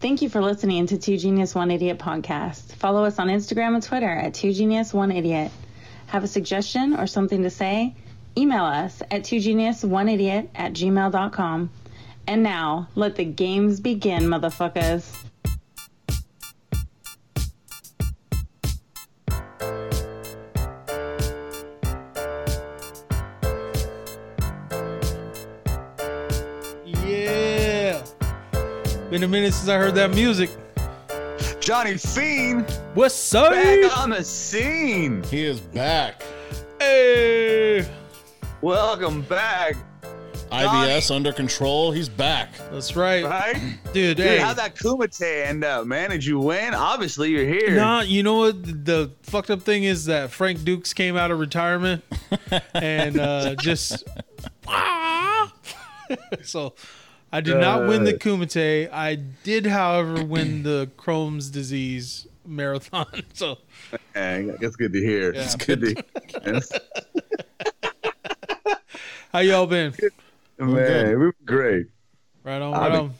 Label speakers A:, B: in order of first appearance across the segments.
A: Thank you for listening to Two Genius One Idiot podcast. Follow us on Instagram and Twitter at Two Genius One Idiot. Have a suggestion or something to say? Email us at Two Genius One Idiot at gmail.com. And now, let the games begin, motherfuckers.
B: Yeah. Been a minute since I heard that music.
C: Johnny Fiend
B: What's up?
C: back on the scene.
D: He is back.
B: Hey.
C: Welcome back,
D: IBS under control. He's back.
B: That's right.
C: right?
B: Dude,
C: Dude,
B: hey.
C: how'd that Kumite end up, man? Did you win? Obviously, you're here.
B: Nah, you know what the fucked up thing is that Frank Dukes came out of retirement and uh, just so I did not win
C: Uh.
B: the Kumite. I did, however, win the Crohn's disease marathon. So
C: Dang, that's good to hear. It's good to hear.
B: how y'all been?
C: man, we were great.
B: Right on, right on.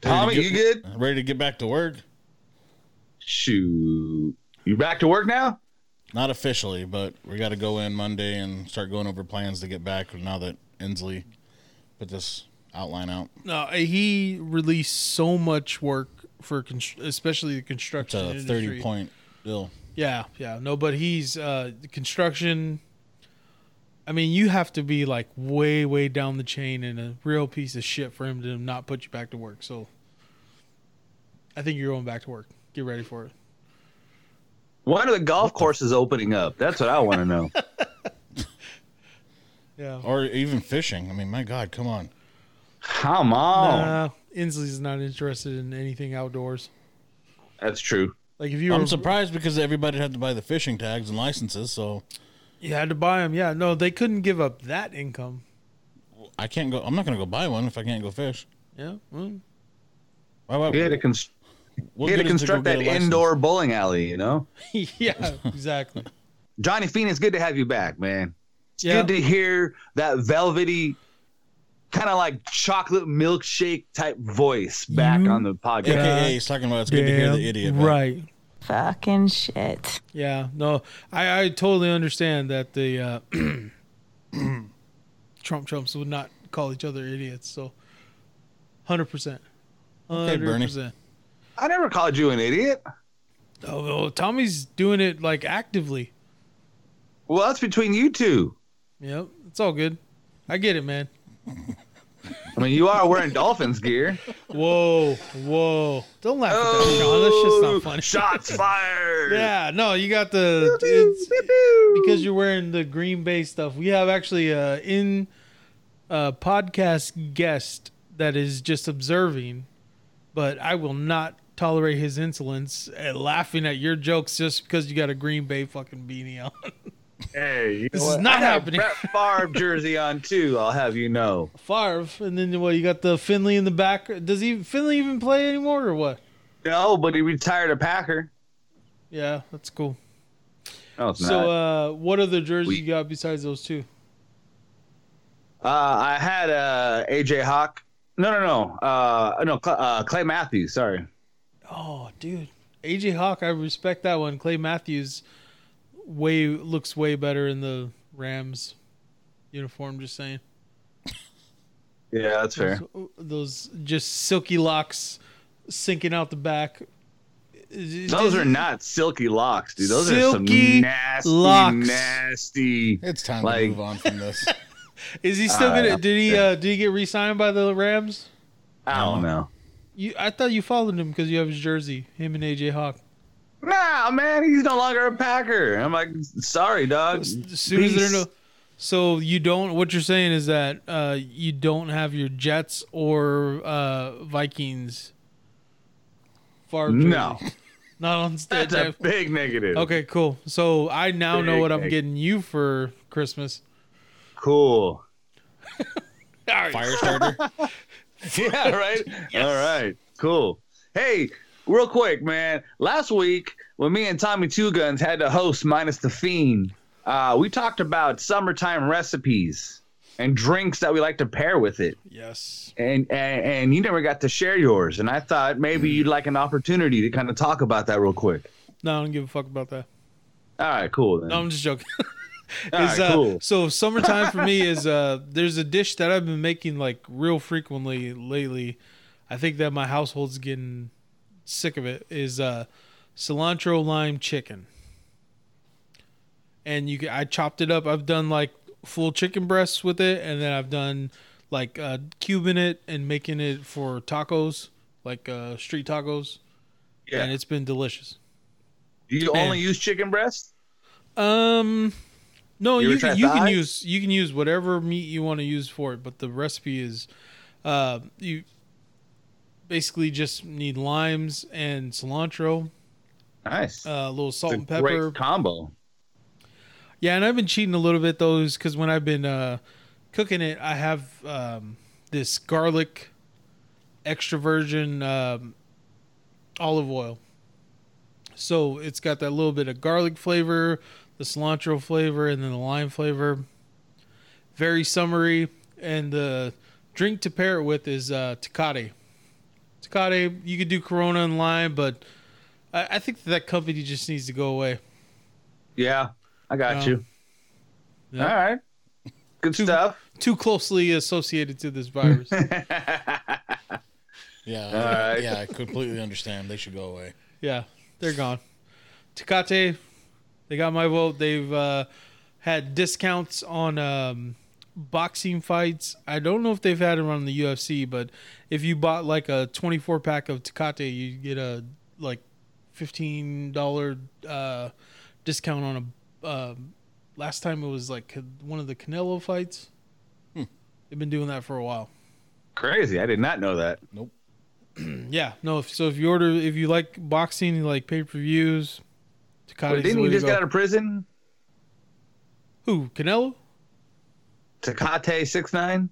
C: Tommy, you good?
D: Ready to get back to work?
C: Shoot. You back to work now?
D: Not officially, but we got to go in Monday and start going over plans to get back now that Inslee put this outline out.
B: No, he released so much work for constr- especially the
D: It's a
B: construction industry.
D: 30 point bill.
B: Yeah, yeah. No, but he's uh the construction I mean, you have to be like way way down the chain and a real piece of shit for him to not put you back to work. So I think you're going back to work. Get ready for it.
C: When are the golf courses opening up? That's what I want to know.
B: Yeah.
D: Or even fishing. I mean, my God, come on.
C: Come
D: Oh.
C: on.
B: Uh, Inslee's not interested in anything outdoors.
C: That's true.
B: Like if you were,
D: I'm surprised because everybody had to buy the fishing tags and licenses, so
B: you had to buy him. Yeah, no, they couldn't give up that income.
D: I can't go. I'm not going to go buy one if I can't go fish.
B: Yeah. well,
D: Why, why,
C: He had to, cons-
D: what
C: he had to
D: good is it go
C: construct that
D: get a license?
C: indoor bowling alley, you know?
B: yeah, exactly.
C: Johnny Fiend, it's good to have you back, man. It's
B: Yeah.
C: good to hear that velvety, kind of like chocolate milkshake type voice back
B: You-
C: on the podcast.
D: AKA, he's talking about it's good to hear the idiot. back.
B: Right.
A: Fucking shit.
B: Yeah, no, I, I totally understand that the uh, Trump Trumps would not call each other idiots. So, hundred percent,
D: Okay,
B: hundred
D: Bernie.
B: percent.
C: I never called you an idiot.
B: Oh, Tommy's doing it like actively.
C: Well, that's between you two.
B: Yep, it's all good. I get it, man.
C: I mean, you are wearing Dolphins gear.
B: Whoa, whoa! Don't laugh at that, Sean. That's just not funny.
C: Oh, Shots fired.
B: Yeah, no, you got the it's, because you're wearing the Green Bay stuff. We have actually a in a podcast guest that is just observing, but I will not tolerate his insolence at laughing at your jokes just because you got a Green Bay fucking beanie on.
C: Hey, you know
B: This is
C: what?
B: not
C: I got
B: happening.
C: A Brett Favre jersey on too. I'll have you know.
B: Favre, and then what? You got the Finley in the back. Does he Finley even play anymore or what?
C: No, but he retired a Packer.
B: Yeah, that's cool.
C: No, it's
B: So,
C: not.
B: uh, what other jerseys
C: We-
B: you got besides those two?
C: Uh, I had uh, AJ Hawk. No, no, no. Uh, no, Cl- uh, Clay Matthews. Sorry.
B: Oh, dude, AJ Hawk, I respect that one. Clay Matthews, way looks way better in the Rams uniform. Just saying, uh,
C: Yeah, that's fair.
B: those just silky locks sinking out the back.
C: Those are not silky locks, dude. Those are
B: Silky
C: some nasty,
B: locks.
C: nasty.
D: It's time
C: Like-
D: to move on from this.
B: Is he still gonna? Did he? Uh, did he get re-signed by the Rams?
C: I don't know.
B: You, I thought you followed him because you have his jersey. Him and AJ Hawk.
C: Nah, man, he's no longer a Packer. I'm like, sorry, dog.
B: As soon as they're
C: Peace.
B: no- so you don't. What you're saying is that uh, you don't have your Jets or uh, Vikings. Far
C: No,
B: jerseys. not on stage.
C: that's a big negative.
B: Okay, cool. So I now know
C: Big,
B: what I'm
C: big.
B: getting you for Christmas.
C: cool.
B: All right.
D: Fire starter.
C: Yeah, right. All right, cool. Hey, real quick, man. Last week when me and Tommy Two Guns had to host minus the fiend, uh, we talked about summertime recipes. and drinks that we like to pair with it.
B: Yes.
C: And, and and you never got to share yours. And I thought maybe
B: Mm.
C: you'd like an opportunity to kind of talk about that real quick.
B: No, I don't give a fuck about that.
C: All right, cool. Then.
B: No, I'm just joking.
C: All right,
B: Is, Um, uh,
C: cool.
B: So summertime for me is uh, there's a dish that I've been making like real frequently lately. I think that my household's getting sick of it. Is uh, cilantro lime chicken, and you ca- I chopped it up. I've done like full chicken breasts with it, and then I've done like uh, cubing it and making it for tacos, like uh, street tacos,
C: Yeah.
B: and it's been delicious.
C: Do you
B: Man.
C: only use chicken breast?
B: Um, no,
C: You
B: you,
C: ever
B: can
C: tried
B: you can
C: thigh?
B: use you can use whatever meat you want to use for it, but the recipe is, uh, you basically just need limes and cilantro,
C: Nice.
B: uh, a little salt
C: it's a
B: and pepper.
C: great combo.
B: yeah, and I've been cheating a little bit those because when I've been uh, cooking it, I have um, this garlic extra virgin um, olive oil. So it's got that little bit of garlic flavor, the cilantro flavor, and then the lime flavor. Very summery. And the drink to pair it with is uh, Tecate. Tecate, you could do Corona and lime, but I, I think that company just needs to go away.
C: Yeah, I got
B: Um,
C: you.
B: yeah.
C: All right. Good
B: Two-
C: stuff.
B: Too closely associated to this virus.
D: Yeah,
C: right.
D: yeah, I completely understand. They should go away.
B: Yeah, they're gone. Takate, they got my vote. They've uh, had discounts on um, boxing fights. I don't know if they've had it on the UFC, but if you bought like a 24 pack of Takate, you get a like $15 uh, discount on a. Um, last time it was like one of the Canelo fights. They've been doing that for a while.
C: Crazy. I did not know that.
B: Yeah, no. If, so if you order, if you like boxing, you like pay per views, Takate.
C: Wait, didn't you just get out of prison?
B: Who? Canelo?
C: Takate six nine.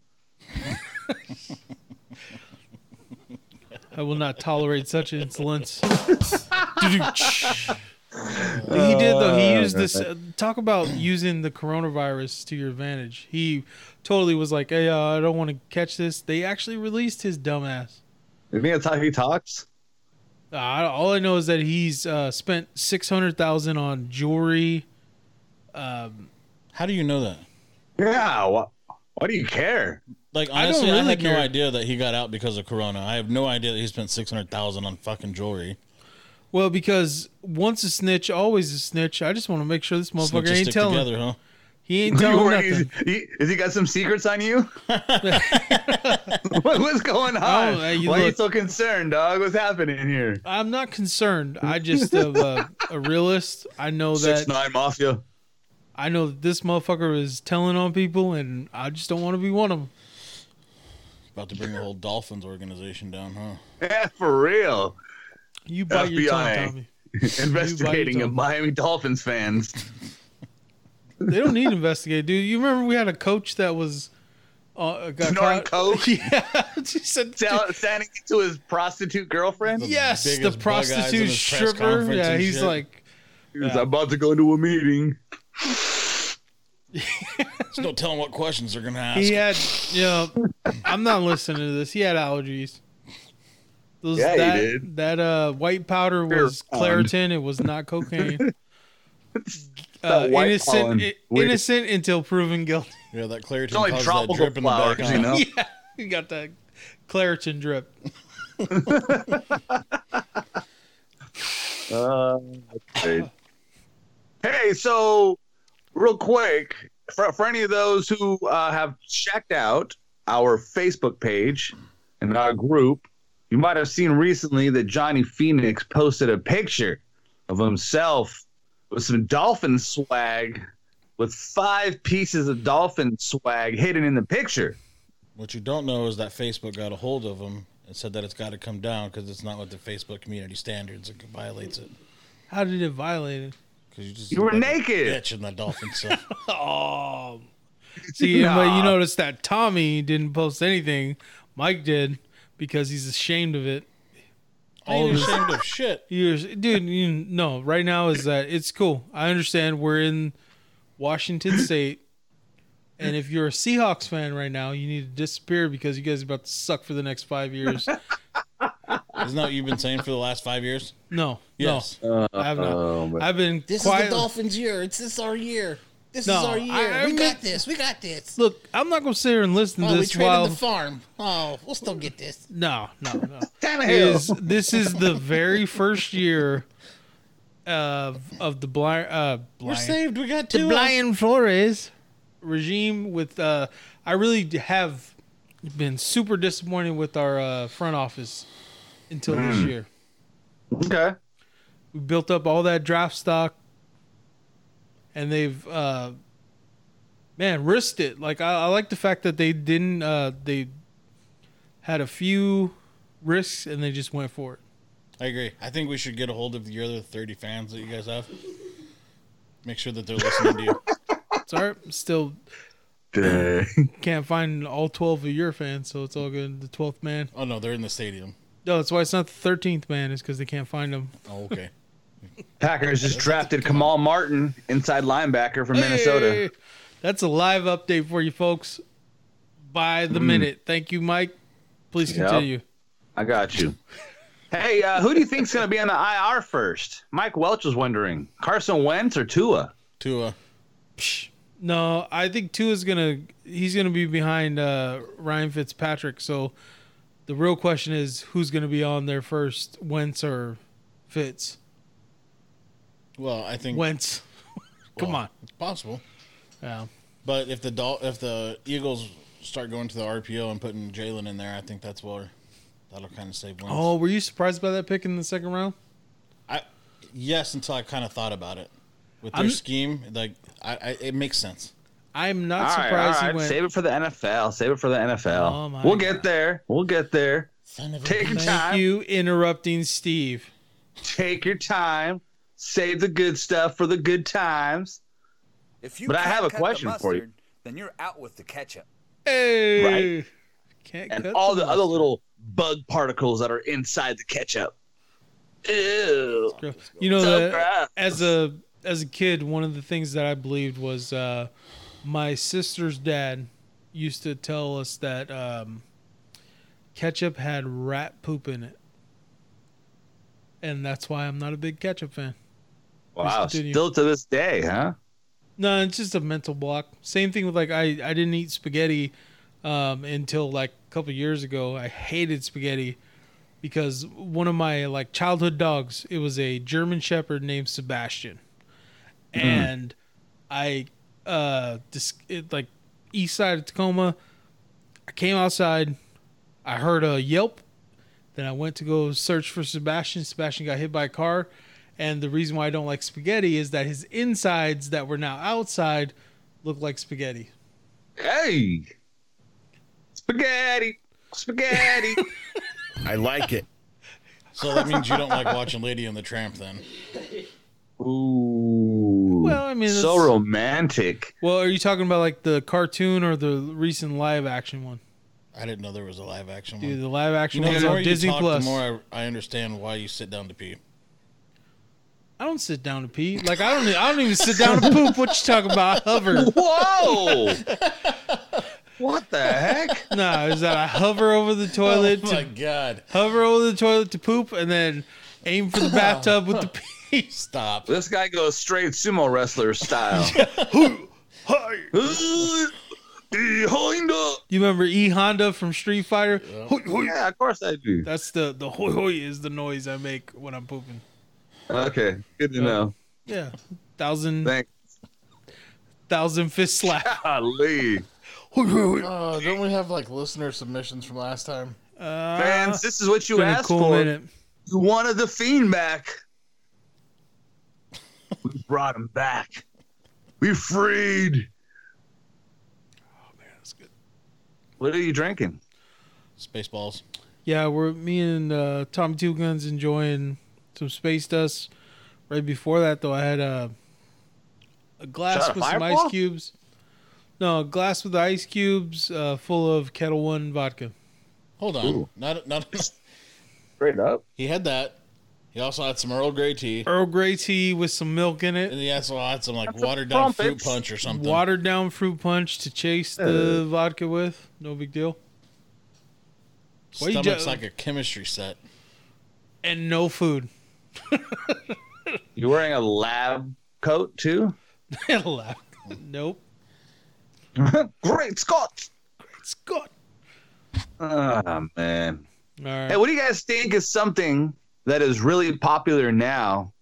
B: I will not tolerate such insolence. Doo-doo-tsh. he did
C: Oh,
B: though. He used this. Uh, talk about using the coronavirus to your advantage. He totally was like, "Hey, uh, I don't want to catch this." They actually released his dumbass.
C: Isn't he how he talks?
B: Uh, I- all I know is that he's uh, spent six hundred thousand on jewelry.
D: How do you know that?
C: Yeah. Why, why do you care?
D: Like
B: I don't
D: honestly, I,
B: really
D: had
B: care.
D: no idea that he got out because of Corona. I have no idea that he spent six hundred thousand on fucking jewelry.
B: Well, because once a snitch, always a snitch. I just want to make sure this motherfucker
D: Snitches
B: ain't
D: stick
B: telling.
D: together, huh?
B: He ain't
C: You
B: telling nothing.
C: worried- he- has he got some secrets on you? what, what's going on?
B: Oh, hey, you
C: Why are you
B: look-
C: so concerned, dog? What's happening here?
B: I'm not concerned. I just am a, a realist. I know that.
C: Six nine mafia.
B: I know that this motherfucker is telling on people, and I just don't want to be one of them.
D: About to bring the whole Dolphins organization down, huh?
C: Yeah, for real.
B: You bite your tongue,
C: FBI.
B: Tommy.
C: Investigating a
B: tongue.
C: Miami Dolphins fans.
B: They don't need to investigate, dude. You remember we had a coach that was uh, got
C: Snorting
B: caught.
C: coke?
B: Yeah, she said.
C: Sal- Standing to his prostitute girlfriend.
B: yes,
D: Biggest
B: the
D: bug eyes in
B: prostitute
D: his press
B: stripper.
D: conference
B: Yeah,
D: and
B: he's
D: shit.
B: like,
C: He was about to go to a meeting.
D: There's no telling what questions they're gonna ask.
B: he had. You know, I'm not listening to this. He had allergies. Those,
C: Yeah, he
B: that,
C: did.
B: That uh, white powder
C: Fair
B: was
C: pond.
B: Claritin. It was not cocaine. Uh,
C: That white pollen.
B: innocent, i-
C: Wait.
B: innocent until proven guilty.
D: Yeah, that clarity
C: It's only
D: causes that
C: tropical
D: drip in the back.
C: flowers,
D: eye.
C: you know?
B: Yeah, you got that Claritin drip.
C: Uh, okay. hey, so real quick, for, for any of those who uh, have checked out our Facebook page and our group, you might have seen recently that Johnny Phoenix posted a picture of himself with some dolphin swag, with five pieces of dolphin swag hidden in the picture.
D: What you don't know is that Facebook got a hold of him and said that it's got to come down because it's not with the Facebook community standards. It violates it.
B: How did it violate it?
D: Because you just
C: You were
D: look like a
C: naked.
D: bitch in that dolphin stuff.
B: Oh, see,
C: Nah.
B: but you noticed that Tommy didn't post anything. Mike did because he's ashamed of it.
D: All
B: ain't
D: of ashamed of shit.
B: You're, dude, you no. Right now is that it's cool. I understand we're in Washington State. And if you're a Seahawks fan right now, you need to disappear because you guys are about to suck for the next five years.
D: Isn't that what you've been saying for the last five years?
B: No,
D: Yes.
C: Uh,
B: no, I have not.
C: oh, man.
B: I've been
E: This
B: quiet.
E: is the Dolphins' year. It's this our year. This
B: No,
E: is our year.
B: I- I
E: we
B: mean-
E: got this. We got this.
B: Look, I'm not gonna sit here and listen to
E: Oh, we
B: this
E: traded
B: while.
E: the farm. Oh, we'll still get this.
B: no, no, no.
C: Tannehill.
B: is this is the very first year of of the blind uh
D: We're
B: blind-
D: saved. We got
B: the
D: two.
B: blind Flores regime with uh I really d- have been super disappointed with our uh, front office until this year.
C: okay.
B: We built up all that draft stock and they've uh man risked it. Like I, I like the fact that they didn't uh they had a few risks and they just went for it.
D: I agree. I think we should get a hold of the other 30 fans that you guys have. Make sure that they're listening to you.
B: It's all right. Still
C: Dang.
B: can't find all 12 of your fans, so it's all good. The 12th man.
D: Oh, no, they're in the stadium.
B: No, that's why it's not the 13th man, is because they can't find them.
D: Oh, okay.
C: Packers just drafted Kamal Martin, inside linebacker from Minnesota.
B: That's a live update for you folks by
C: Mm.
B: the minute. Thank you, Mike. Please
C: Yep.
B: continue.
C: I got you. Hey, uh, who do you think's going to be on the IR first? Mike Welch was wondering Carson Wentz or Tua?
D: Tua.
B: Psh. No, I think Tua's going to, he's going to be behind uh, Ryan Fitzpatrick. So the real question is who's going to be on there first, Wentz or Fitz?
D: Well, I think
B: Wentz. Come
D: Well,
B: on.
D: it's possible.
B: Yeah.
D: But if the Dol- if the Eagles start going to the RPO and putting Jalen in there, I think that's where that'll kind of save wins.
B: Oh, were you surprised by that pick in the second round?
D: I, yes, until I kind of thought about it with their
B: I'm-
D: scheme. Like, I, I it makes sense.
B: I'm not
C: All right, all
B: surprised
C: right.
B: he went.
C: Save it for the NFL. Save it for the NFL.
B: Oh, my
C: we'll get
B: God.
C: there. We'll get there.
D: Son of a
C: Take your
D: bitch.
C: time.
B: Thank you interrupting Steve.
C: Take your time. Save the good stuff for the good times.
F: If you
C: But I
F: can't
C: have a
F: cut the
C: question for you.
F: mustard, Then you're out with the ketchup.
B: Hey, can't
C: And
B: cut
C: all the other
B: mustard.
C: little bug particles that are inside the ketchup. Ew.
B: You know
C: So
B: that
C: gross.
B: as a as a kid, one of the things that I believed was uh, my sister's dad used to tell us that um, ketchup had rat poop in it, and that's why I'm not a big ketchup fan.
C: Wow.
B: continue.
C: Still to this day, huh?
B: No, it's just a mental block. Same thing with like I I didn't eat spaghetti um, until like a couple years ago. I hated spaghetti because one of my like childhood dogs it was a German Shepherd named Sebastian, and I uh dis- it, like east side of Tacoma. I came outside, I heard a yelp, then I went to go search for Sebastian. Sebastian got hit by a car. And the reason why I don't like spaghetti is that his insides that were now outside look like spaghetti.
C: Hey. Spaghetti. Spaghetti.
G: I like it.
D: So that means you don't like watching Lady and the Tramp then.
C: Ooh.
B: Well, I mean,
C: so
B: that's-
C: romantic.
B: Well, are you talking about like the cartoon or the recent live action one?
D: I didn't know there was a live action one.
B: Dude, the live action
D: You
B: one's
D: know, the more
B: on
D: you
B: Disney
D: talk,
B: Plus.
D: the more I, I understand why you sit down to pee.
B: I don't sit down to pee. Like I don't. e, I don't even sit down to poop. What you talking about? I hover.
C: Whoa. what the heck?
B: No, is that I hover over the toilet,
D: Oh
B: to,
D: my god!
B: hover over the toilet to poop, and then aim for the bathtub with the pee.
D: Stop.
C: This guy goes straight sumo wrestler style. Ooh, eh, Honda.
B: You remember E Honda from Street Fighter? Hoi, hoi.
C: Yeah, of course I do.
B: That's the the hoi hoi is the noise I make when I'm pooping.
C: Okay, good to know.
B: Yeah, thousand
C: Thanks.
B: thousand fist slap.
C: Golly.
D: Oh, don't we have like listener submissions from last time?
C: Fans, this is what you
B: Been a
C: asked
B: Uh, cool
C: for.
B: minute.
C: You wanted the fiend back. we brought him back. We freed.
B: That's good.
C: What are you drinking?
D: Spaceballs.
B: Yeah, we're me and uh, Tom Two Guns enjoying some space dust. Right before that, though, I had a a glass
C: that a
B: with some
C: Fireball?
B: ice cubes. No, a glass with ice cubes uh, full of Kettle One vodka.
D: Hold on. Not not.
C: Straight up.
D: He had that. He also had some Earl Grey tea,
B: Earl Grey tea with some milk in
D: and
B: it,
D: he also had some like
C: That's a
D: watered down fruit
C: crumpets.
D: punch or something.
B: watered down fruit punch to chase
C: Uh.
B: the vodka with. No big deal. Why you
D: Stomach's
B: ju-
D: like a chemistry set.
B: And no food.
C: You wearing a lab coat too?
B: nope.
C: Great Scott!
B: It's good.
C: Oh man.
B: All right.
C: Hey, what do you guys think is something that is really popular now,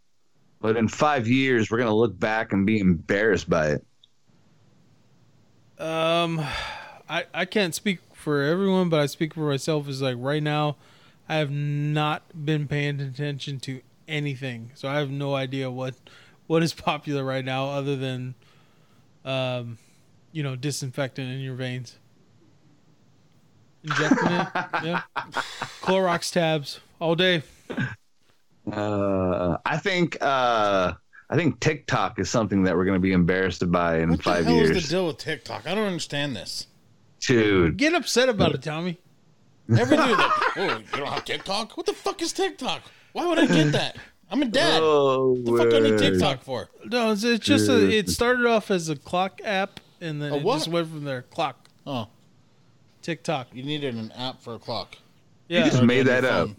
C: but in five years we're gonna look back and be embarrassed by it?
B: Um, I I can't speak for everyone, but I speak for myself. Is like right now, I have not been paying attention to anything, so I have no idea what what is popular right now, other than, um, you know, disinfectant in your veins, injecting it, yeah, Clorox tabs all day.
C: Uh, I think uh, I think TikTok is something that we're gonna be embarrassed by in
D: What
C: five
D: the hell
C: years.
D: is the deal with TikTok? I don't understand this.
C: Dude,
B: Get upset about it, Tommy.
D: Every dude like, oh, you don't have TikTok? What the fuck is TikTok? Why would I get that? I'm a dad.
C: oh,
D: what the fuck do I need
C: word.
D: TikTok for?
B: No, it's, it's just a, it started off as a clock app, and then
D: A
B: it
D: what?
B: just went from there. Clock
D: Oh,
B: TikTok.
D: you needed an app for a clock.
B: Yeah,
C: Just made that up.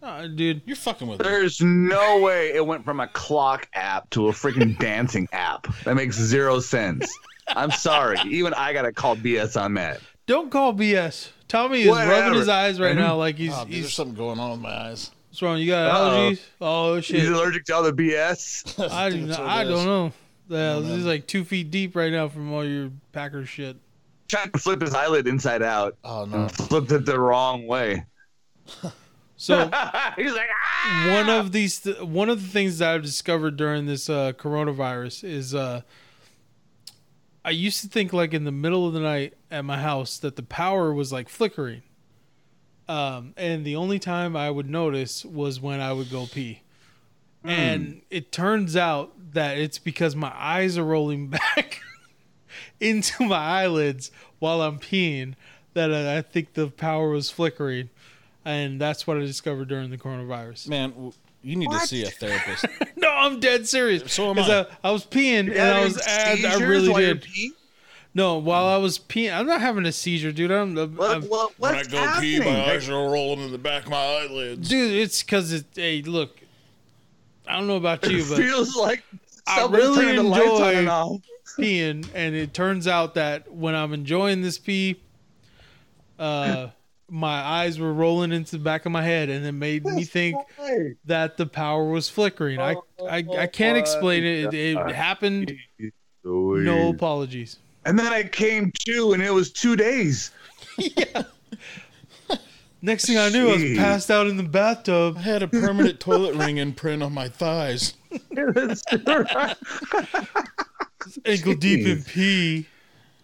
B: Uh, dude.
D: You're fucking with me.
C: There's no way it went from a clock app to a freaking dancing app. That makes zero sense. I'm sorry. Even I gotta call BS on that.
B: Don't call BS. Tommy is rubbing
C: Whatever.
B: his eyes right now like he's,
D: Oh, dude, there's
B: he's
D: something going on with my eyes.
B: what's wrong. You got
C: Uh-oh.
B: allergies? Oh
C: He's
B: shit!
C: allergic to all the BS.
B: I do
D: Dude,
B: not,
D: so it
B: I
D: is.
B: don't know. Yeah, he's like two feet deep right now from all your Packer shit.
C: Trying to flip his eyelid inside out.
D: Oh no.
C: Flipped it the wrong way.
B: So
C: He's like, ah!
B: one of these th- one of the things that I've discovered during this uh, coronavirus is uh, I used to think like in the middle of the night at my house that the power was like flickering, um, and the only time I would notice was when I would go pee. And it turns out that it's because my eyes are rolling back into my eyelids while I'm peeing that I I think the power was flickering. And that's what I discovered during the coronavirus.
D: Man, w- you need to see a therapist.
B: No, I'm dead serious.
D: So am
B: 'Cause
D: I.
B: I was peeing and I was, and I really did. No, while I was peeing, I'm not having a seizure, dude. I'm, I'm,
C: What, what,
D: when I
C: what's
D: go
C: happening?
D: pee, my eyes are rolling in the back of my eyelids.
B: dude. It's because it. Hey, look, I don't know about you,
C: it
B: but
C: feels like
B: I
C: somebody
B: really
C: turned the lights on
B: enjoy-
C: and off.
B: peeing, and it turns out that when I'm enjoying this pee, uh, my eyes were rolling into the back of my head, and it made me think that the power was flickering. I I, I can't explain it. It, it happened. No apologies.
C: And then I came to, and it was two days.
B: Next thing I knew, I was
C: Jeez.
B: passed out in the bathtub.
D: I had a permanent toilet ring imprint on my thighs.
C: I
B: ankle deep in
C: Jeez.
B: pee.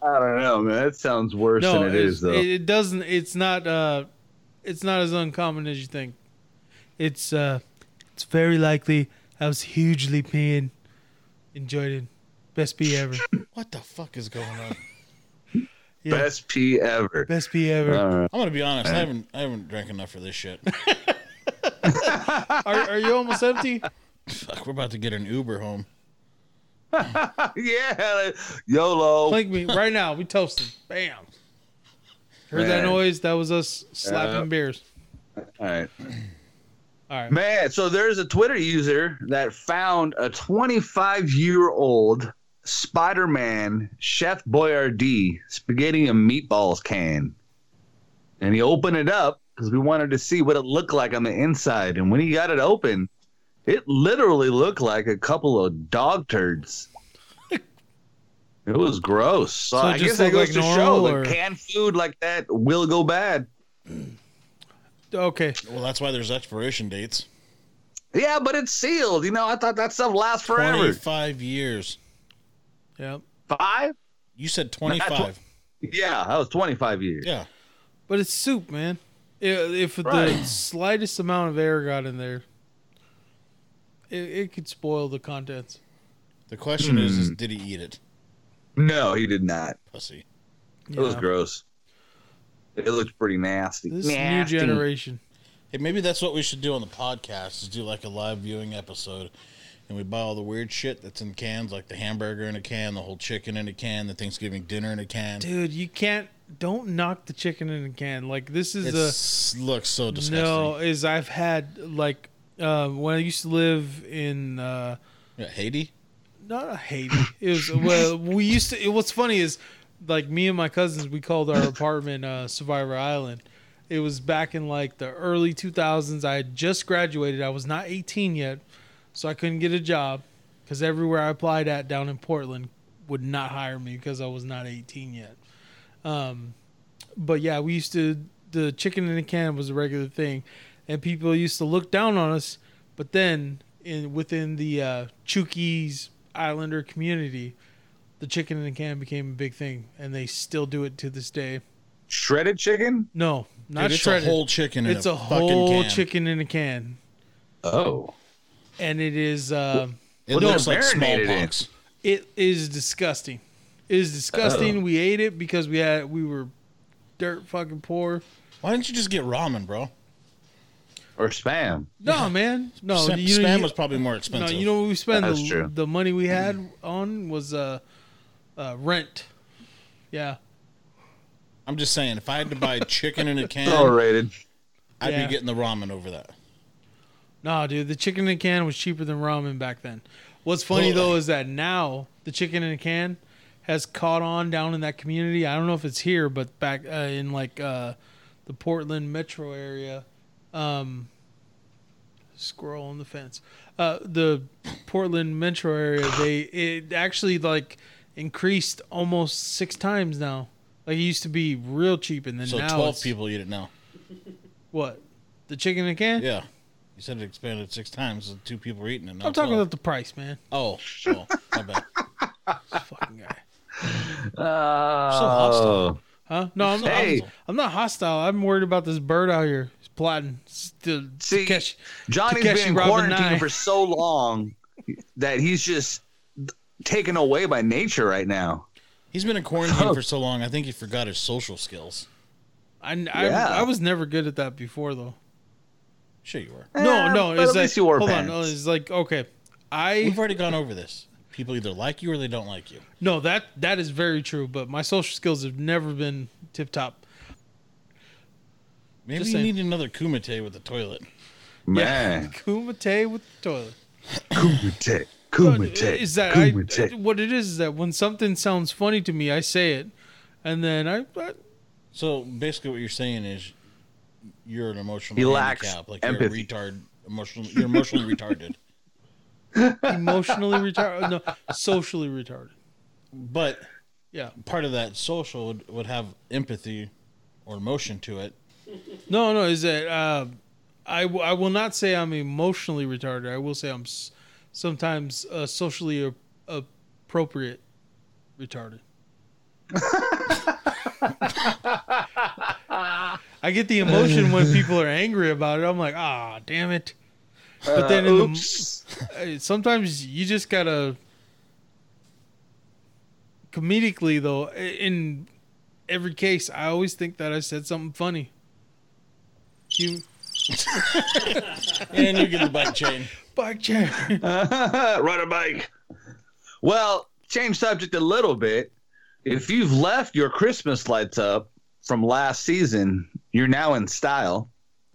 C: don't know, man. That sounds worse
B: No,
C: than it
B: it's-
C: is, though.
B: It, it doesn't. It's not. Uh, it's not as uncommon as you think. It's. Uh, it's very likely. I was hugely peeing. Enjoyed it. Best pee ever.
D: What the fuck is going on?
B: yeah.
C: Best pee ever.
B: Best pee ever.
C: All right.
D: I'm gonna be honest. I haven't I haven't drank enough for this shit.
B: Are, are you almost empty?
D: Fuck, we're about to get an Uber home.
C: Yeah, YOLO.
B: Like me right now. We toasting. Bam. Heard that
C: Man.
B: noise? That was us slapping
C: Yep.
B: beers.
C: All right.
B: All right.
C: Man, so there's a Twitter user that found a 25 year old Spider Man Chef Boyardee spaghetti and meatballs can. And he opened it up because we wanted to see what it looked like on the inside. And when he got it open, it literally looked like a couple of dog turds. It was gross. So,
B: So it
C: I
B: just
C: guess that
B: looked
C: goes
B: like
C: to show
B: normal, or-
C: that canned food like that will go bad.
B: Okay.
D: Well, that's why there's expiration dates.
C: Yeah, but it's sealed. You know, I thought that stuff lasts forever.
D: 25 years.
B: Yeah.
C: Five?
D: You said 25.
C: Yeah, that was 25 years.
D: Yeah.
B: But it's soup, man. I- If the
C: Right.
B: slightest amount of air got in there, it, it could spoil the contents.
D: The question is,
C: Hmm.
D: is did he eat it?
C: No, he did not.
D: Pussy.
C: It was
B: Yeah.
C: gross. It looked pretty nasty.
B: This
C: nasty.
B: new generation.
D: Hey, maybe that's what we should do on the podcast is do like a live viewing episode. And we buy all the weird shit that's in cans, like the hamburger in a can, the whole chicken in a can, the Thanksgiving dinner in a can.
B: Dude, you can't. Don't knock the chicken in a can. Like this is a
D: It looks so disgusting.
B: no. Is I've had like uh, when I used to live in uh,
D: Yeah, Haiti?
B: not Haiti. It was well, we used to. It, what's funny is like me and my cousins. We called our apartment uh, Survivor Island. It was back in like the early 2000s. I had just graduated. I was not 18 yet, so I couldn't get a job because everywhere I applied at down in Portland would not hire me because I was not 18 yet. Um, but yeah, we used to the chicken in a can was a regular thing, and people used to look down on us. But then in within the uh, Chukis Islander community, the chicken in a can became a big thing, and they still do it to this day.
C: Shredded chicken?
B: No, not
D: Dude, it's
B: shredded.
D: a whole chicken in
B: it's
D: a,
B: a
D: fucking
B: whole
D: can.
B: chicken in a can,
C: Oh.
B: and it is. Uh,
D: It
C: Well,
D: looks
C: they're
D: like
C: marinated in.
D: smallpox.
B: It is disgusting. It is disgusting. We ate it because we had we were dirt fucking poor.
D: Why didn't you just get ramen, bro?
C: Or spam.
B: No, man. No,
D: Spam,
B: Oh, you know,
D: spam
B: you,
D: was probably more
B: no,
D: expensive.
B: you know what we spent
C: That's
B: the,
C: true.
B: the money we had on was uh, uh rent. Yeah.
D: I'm just saying, if I had to buy chicken in a can,
C: Overrated.
D: I'd
B: Yeah.
D: be getting the ramen over that.
B: Nah, dude, the chicken in a can was cheaper than ramen back then. What's funny
D: Totally.
B: though is that now the chicken in a can has caught on down in that community. I don't know if it's here, but back uh, in like uh, the Portland metro area, um, squirrel on the fence, uh, the Portland metro area, they it actually like increased almost six times now. Like it used to be real cheap, and then
D: So
B: now
D: 12
B: it's-
D: people eat it now.
B: What the chicken in a can?
D: Yeah. You said it expanded six times, so two people are eating it now.
B: I'm talking
D: 12.
B: about the price, man.
D: Oh, oh, my bad.
B: Fucking guy.
C: Oh.
B: Huh? No, I'm,
C: Hey.
B: I'm, I'm not hostile. I'm worried about this bird out here. He's plotting. Still,
C: See,
B: Takeshi-
C: Johnny's
B: Takeshi
C: been
B: Robin
C: quarantined
B: Nye.
C: for so long that he's just taken away by nature right now.
D: He's been in quarantine
C: Oh.
D: for so long, I think he forgot his social skills.
B: I, I,
C: Yeah.
B: I was never good at that before, though.
D: Sure, you were.
B: No, no.
C: Eh, but
B: It's
C: at
B: like,
C: least you wore
B: hold
C: pants.
B: on. no, It's like, okay.
D: We've
B: I
D: already gone over this. People either like you or they don't like you.
B: no that that is very true, but my social skills have never been tip top.
D: Maybe
B: Just
D: you
B: saying.
D: need another kumite with the toilet.
B: Yeah,
C: Man.
B: kumite with the toilet. Uh,
C: Kumite. Kumite.
B: Is that I, what it is? Is that when something sounds funny to me, I say it, and then I, I
D: So basically, what you're saying is you're an emotional
C: He lacks
D: handicap. Like
C: empathy.
D: you're a retard. Emotional. You're emotionally retarded.
B: emotionally retarded. No, socially retarded.
D: But
B: Yeah.
D: part of that social would, would have empathy or emotion to it.
B: No, no, is that uh, I, w- I will not say I'm emotionally retarded. I will say I'm s- sometimes uh, socially a- appropriate retarded. I get the emotion when people are angry about it. I'm like, ah, damn it. But then in
C: Oops.
B: the, uh, sometimes you just gotta comedically though. i- In every case, I always think that I said something funny. You
D: And you get the bike chain.
B: bike chair.
C: Ride a bike. Well, change subject a little bit. If you've left your Christmas lights up from last season, you're now in style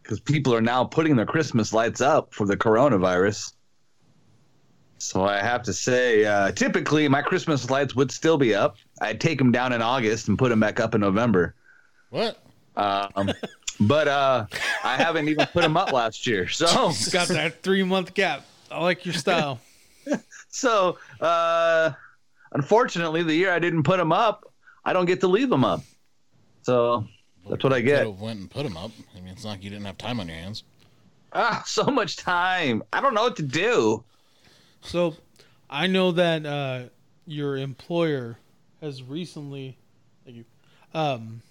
C: because people are now putting their Christmas lights up for the coronavirus. So I have to say, uh, typically my Christmas lights would still be up. I'd take them down in August and put them back up in November.
D: What?
C: Um, but uh, I haven't even put them up last year. So
B: Got that three month gap. I like your style.
C: So, uh, unfortunately, the year I didn't put them up, I don't get to leave them up. So that's what I
D: Could
C: get.
D: have went and put them up. I mean, it's not like you didn't have time on your hands.
C: Ah, so much time. I don't know what to do.
B: So I know that uh, your employer has recently thank you, um,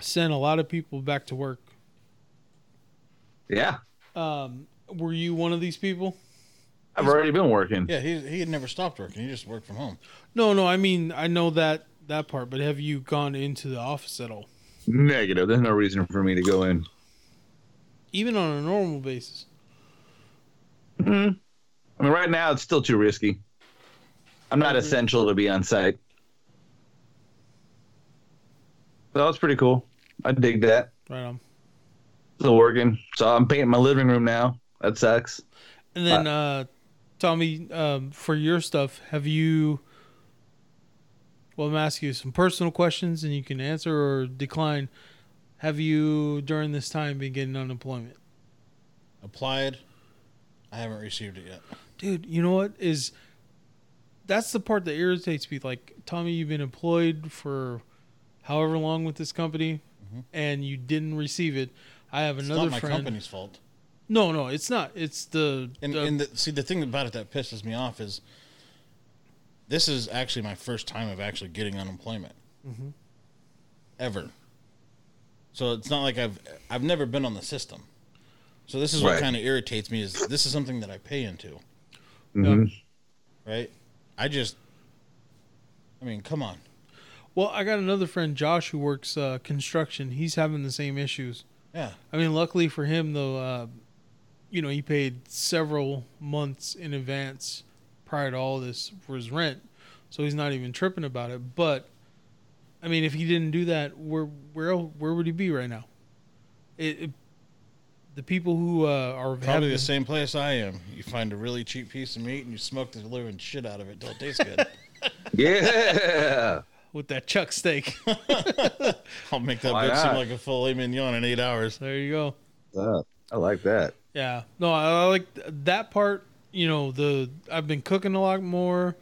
B: sent a lot of people back to work.
C: Yeah,
B: Um, were you one of these people?
C: I've already been working.
D: Yeah, he he had never stopped working. He just worked from home.
B: No, no. I mean, I know that that part, but have you gone into the office at all?
C: Negative. There's no reason for me to go in.
B: even on a normal basis.
C: I mean, right now it's still too risky. I'm not essential to be on site. So that's pretty cool. I dig that.
B: Right on.
C: Still working. So I'm painting my living room now. That sucks.
B: And then, uh, Tommy, um, for your stuff, have you? Well, I'm asking you some personal questions, and you can answer or decline. Have you, during this time, been getting unemployment?
D: Applied. I haven't received it yet.
B: dude you know what is that's the part that irritates me like tommy you've been employed for however long with this company and you didn't receive it i have
D: Mm-hmm. It's
B: another
D: not my
B: friend
D: company's fault.
B: no no it's not it's the,
D: And,
B: the-
D: and the, see, the thing about it that pisses me off is this is actually my first time of actually getting unemployment ever. So it's not like I've I've never been on the system. So this is what
C: Right.
D: kind of irritates me is this is something that I pay into,
B: yeah.
D: right? I just, I mean, come on.
B: well i got another friend josh who works uh, construction he's having the same issues
D: Yeah,
B: i mean luckily for him though uh, you know he paid several months in advance prior to all this for his rent so he's not even tripping about it but I mean, if he didn't do that, where where el- where would he be right now? It, it- the people who uh, are
D: probably
B: having
D: the same place I am. You find a really cheap piece of meat and you smoke the living shit out of it till it tastes good.
C: Yeah.
B: with that chuck steak.
D: I'll make that
C: Why
D: bitch seem
C: not?
D: like a filet mignon in eight hours.
B: there you go.
C: Uh, I like that.
B: Yeah. No, I, I like th- that part. You know, the I've been cooking a lot more,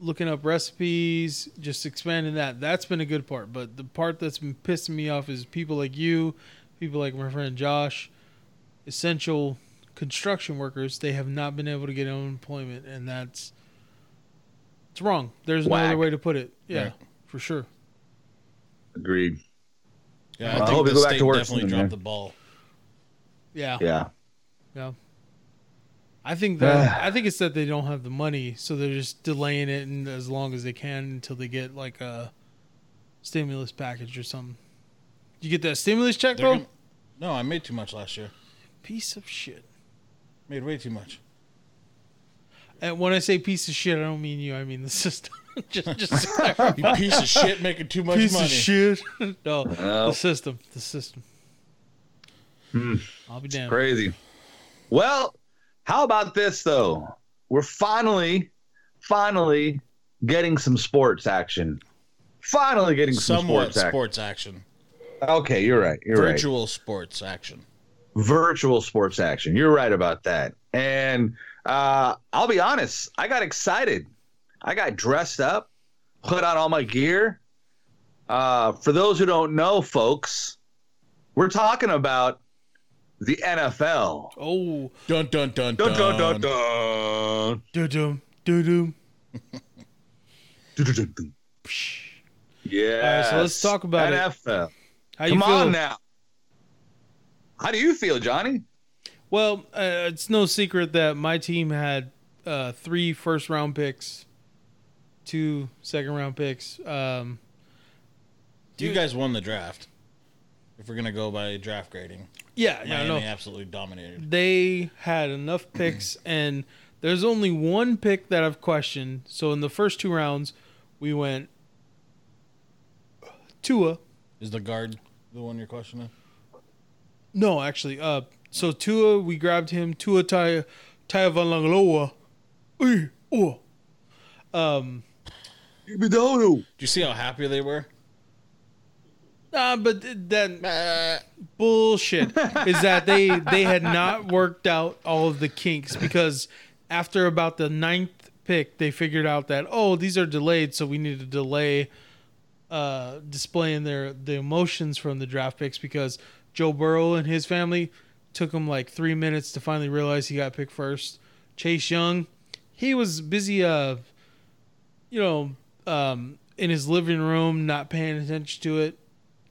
B: looking up recipes, just expanding that. That's been a good part. But the part that's been pissing me off is people like you, people like my friend Josh, essential construction workers. They have not been able to get unemployment, and that's it's wrong. There's no other
C: Whack.
B: way to put it. Yeah,
D: Right.
B: for sure.
C: Agreed.
D: Yeah,
C: Well, I hope
D: the
C: you go back
D: state
C: to work
D: definitely
C: soon,
D: dropped
C: man.
D: the ball.
B: Yeah.
C: Yeah.
B: I think that I think it's that they don't have the money, so they're just delaying it and as long as they can until they get like a stimulus package or something. You get that stimulus check,
D: They're
B: bro?
D: gonna- no, I made too much last year.
B: Piece of shit.
D: Made way too much.
B: And when I say piece of shit, I don't mean you. I mean the system. just, just to clarify.
D: You piece of shit making too much
B: piece
D: money.
B: of shit. no,
C: Well. Hmm.
B: the system. The system. I'll be damned.
C: Crazy. Well, how about this though? We're finally, finally getting some sports action. Finally getting some
D: Somewhat
C: sports action.
D: sports action.
C: Okay, you're right. You're right.
D: Virtual sports action.
C: virtual sports action. You're right about that. And uh, I'll be honest, I got excited. I got dressed up, put on all my gear. Uh, for those who don't know, folks, we're talking about the NFL.
B: Oh,
D: Dun dun dun dun
C: Dun, dun, dun, dun.
B: doo doo doo doo.
C: Dun, dun, dun, dun. Yeah.
B: All right, so let's talk about it.
C: NFL.
B: How
C: Come
B: you feel?
C: on now. How do you feel, Johnny?
B: Well, uh, it's no secret that my team had uh, three first round picks, two second round picks. Um,
D: You guys won the draft. If we're gonna go by draft grading,
B: yeah, yeah,
D: Miami
B: no.
D: absolutely dominated.
B: They had enough picks, and there's only one pick that I've questioned. So in the first two rounds, we went Tua.
D: Is the guard the one you're questioning?
B: No, actually, uh, so Tua, we grabbed him. Tua Tai Tagovailoa. Uy, oh.
D: Do you see how happy they were?
B: Nah, but th- then bullshit is that they they had not worked out all of the kinks because after about the ninth pick, they figured out that oh these are delayed, so we need to delay uh, displaying their the emotions from the draft picks because Joe Burrow and his family took him like three minutes to finally realize he got picked first. Chase Young, he was busy uh you know um in his living room not paying attention to it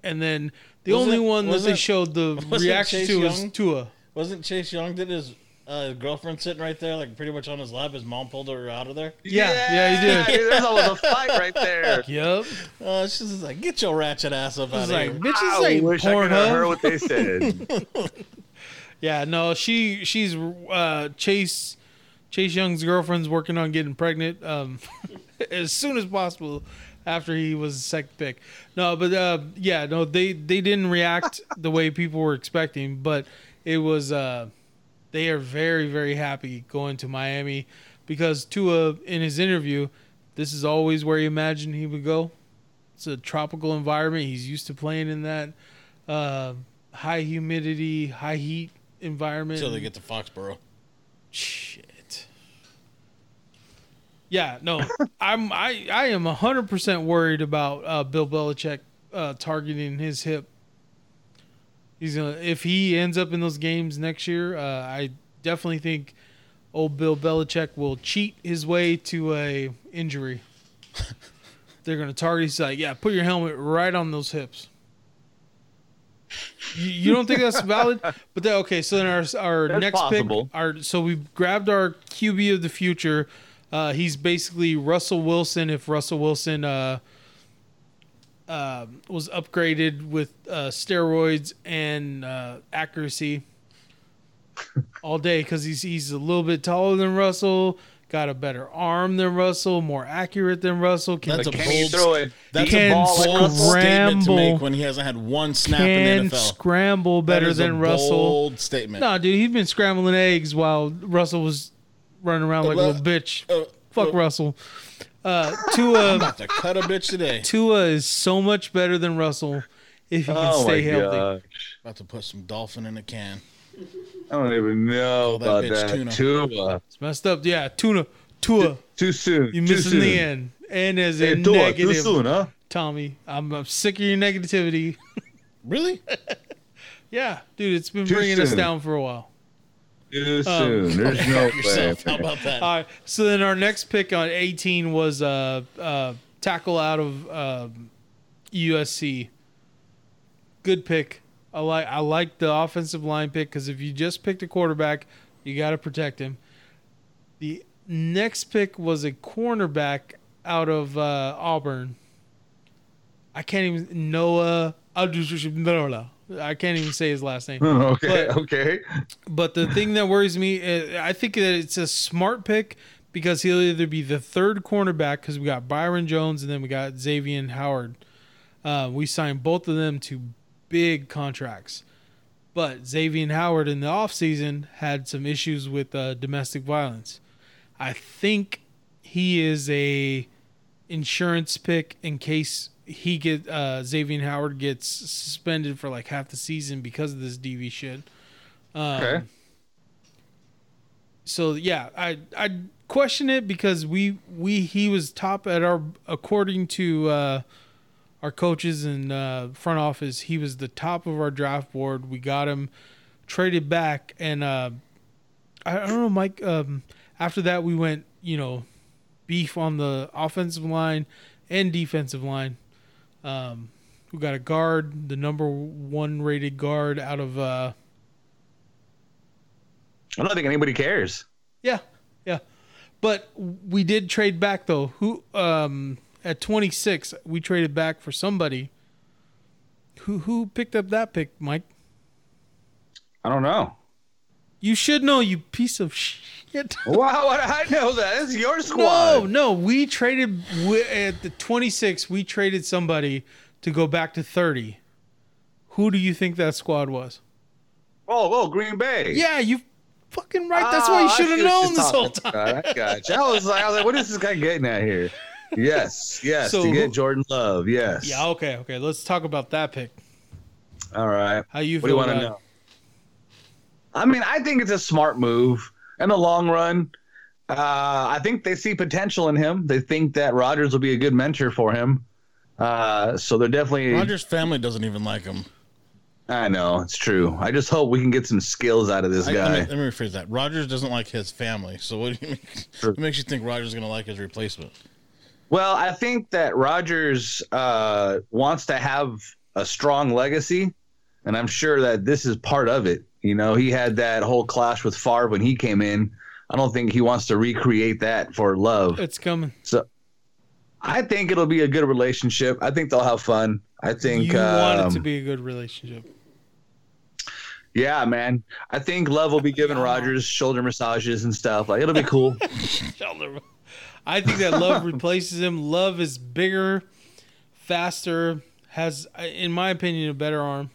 B: and then the
D: Wasn't
B: only
D: it-
B: one that they
D: wasn't-
B: showed the
D: wasn't
B: reaction
D: Chase
B: to was
D: Young?
B: Tua.
D: Wasn't Chase Young did his uh, girlfriend sitting right there, like pretty much on his lap? His mom pulled her out of there.
B: Yeah, yeah, he did.
C: dude, There's always a fight right there.
B: Yep.
D: Uh, she's just like, "Get your ratchet ass up
B: It's
D: out of
B: like
D: here!"
B: bitches
C: I
B: ain't
C: wish I could have heard
B: Pornhub.
C: what they said.
B: Yeah, no, she she's uh, Chase Chase Young's girlfriend's working on getting pregnant um, as soon as possible after he was second pick. No, but uh, yeah, no, they they didn't react the way people were expecting, but it was uh, they are very very happy going to Miami because Tua in his interview, this is always where he imagined he would go. It's a tropical environment. He's used to playing in that uh, high humidity, high heat environment.
D: until they get to Foxborough.
B: Shit. Yeah, no, I'm I I am hundred percent worried about uh, Bill Belichick uh, targeting his hip. He's gonna if he ends up in those games next year. Uh, I definitely think old Bill Belichick will cheat his way to a injury. They're gonna target. He's like, yeah, put your helmet right on those hips. You, you don't think that's valid? But then, okay, so then our our
C: That's
B: next
C: possible.
B: pick, our so we grabbed our QB of the future. Uh, he's basically Russell Wilson if Russell Wilson uh, uh, was upgraded with uh, steroids and uh, accuracy all day because he's he's a little bit taller than Russell, got a better arm than Russell, more accurate than Russell. Can
D: That's
B: can
D: a
C: Can he
D: bold-
C: throw it?
D: That's
B: Can
D: a bold statement to
B: scramble.
D: make when he hasn't had one snap in the NFL.
B: scramble
D: That
B: better
D: is a
B: than Russell.
D: Bold statement.
B: No, dude, he's been scrambling eggs while Russell was running around like a
D: Well,
B: little bitch.
D: uh,
B: Fuck
D: uh,
B: Russell. Uh, Tua
D: About to cut a bitch today.
B: Tua is so much better than Russell if he can
C: Oh my
B: stay healthy.
C: gosh!
D: About to put some dolphin in a can.
C: I don't even know
B: Oh,
D: Call that
C: about
D: bitch
C: that. Tua.
B: It's messed up. Yeah, Tuna. Tua.
C: Too soon.
B: You
C: Too
B: missing
C: soon.
B: the end. And as a
C: Hey, Tua, too
B: negative,
C: soon, huh?
B: Tommy, I'm, I'm sick of your negativity.
D: Really?
B: yeah, dude, it's been
C: Too
B: bringing us
C: soon.
B: down for a while. Um,
C: Too soon. There's no way.
D: Yourself. How about that?
B: All right. So then our next pick on 18 was uh, uh, tackle out of um USC. Good pick. I like I like the offensive line pick because if you just picked a quarterback, you got to protect him. The next pick was a cornerback out of uh, Auburn. I can't even Noah. I can't even say his last name.
C: okay.
B: But-
C: okay.
B: But the thing that worries me, uh, I think that it's a smart pick because he'll either be the third cornerback because we got Byron Jones and then we got Xavier Howard. Uh, we signed both of them to big contracts. But Xavier Howard in the offseason had some issues with uh, domestic violence. I think he is a insurance pick in case he get uh, Xavier Howard gets suspended for like half the season because of this DV shit.
C: okay.
B: so yeah, I I question it because we we he was top at our according to uh, our coaches and uh, front office he was the top of our draft board. We got him traded back, and uh, I I don't know, Mike. Um, after that, we went you know beef on the offensive line and defensive line. Um, we got a guard, the number one rated guard out of. Uh,
C: I don't think anybody cares.
B: Yeah, yeah. But we did trade back though. Who um at 26 we traded back for somebody. Who who picked up that pick, Mike?
C: I don't know.
B: You should know, you piece of shit.
C: Wow, what I know that. It's your
B: No,
C: squad.
B: no, we traded we, at the 26 we traded somebody to go back to 30. Who do you think that squad was?
C: Oh, oh, Green Bay.
B: Yeah, you fucking right. That's why you
C: Ah, I
B: should have
C: see what
B: known
C: you're
B: this whole
C: talking
B: time.
C: about. I gotcha. I was like, I was like, what is this guy getting at here? Yes, yes,
B: So
C: to get
B: who-
C: Jordan Love. Yes.
B: Yeah, okay, okay. Let's talk about that pick.
C: All right.
B: How you
C: What do
B: feel
C: you want to
B: about it?
C: know? I mean, I think it's a smart move in the long run. Uh, I think they see potential in him. They think that Rodgers will be a good mentor for him. Uh, so they're definitely.
D: Rogers' family doesn't even like him.
C: I know it's true. I just hope we can get some skills out of this
D: I-
C: guy.
D: let, me, let me rephrase that. Rogers doesn't like his family. So what do you make?
C: Sure.
D: What makes you think Rogers is going to like his replacement?
C: Well, I think that Rogers uh, wants to have a strong legacy, and I'm sure that this is part of it. You know, he had that whole clash with Favre when he came in. I don't think he wants to recreate that for love.
B: It's coming.
C: So, I think it'll be a good relationship. I think they'll have fun. I think
B: you want
C: um,
B: it to be a good relationship.
C: Yeah, man. I think Love will be giving Rogers shoulder massages and stuff. Like it'll be cool.
B: I think that love replaces him. Love is bigger, faster, has, in my opinion, a better arm,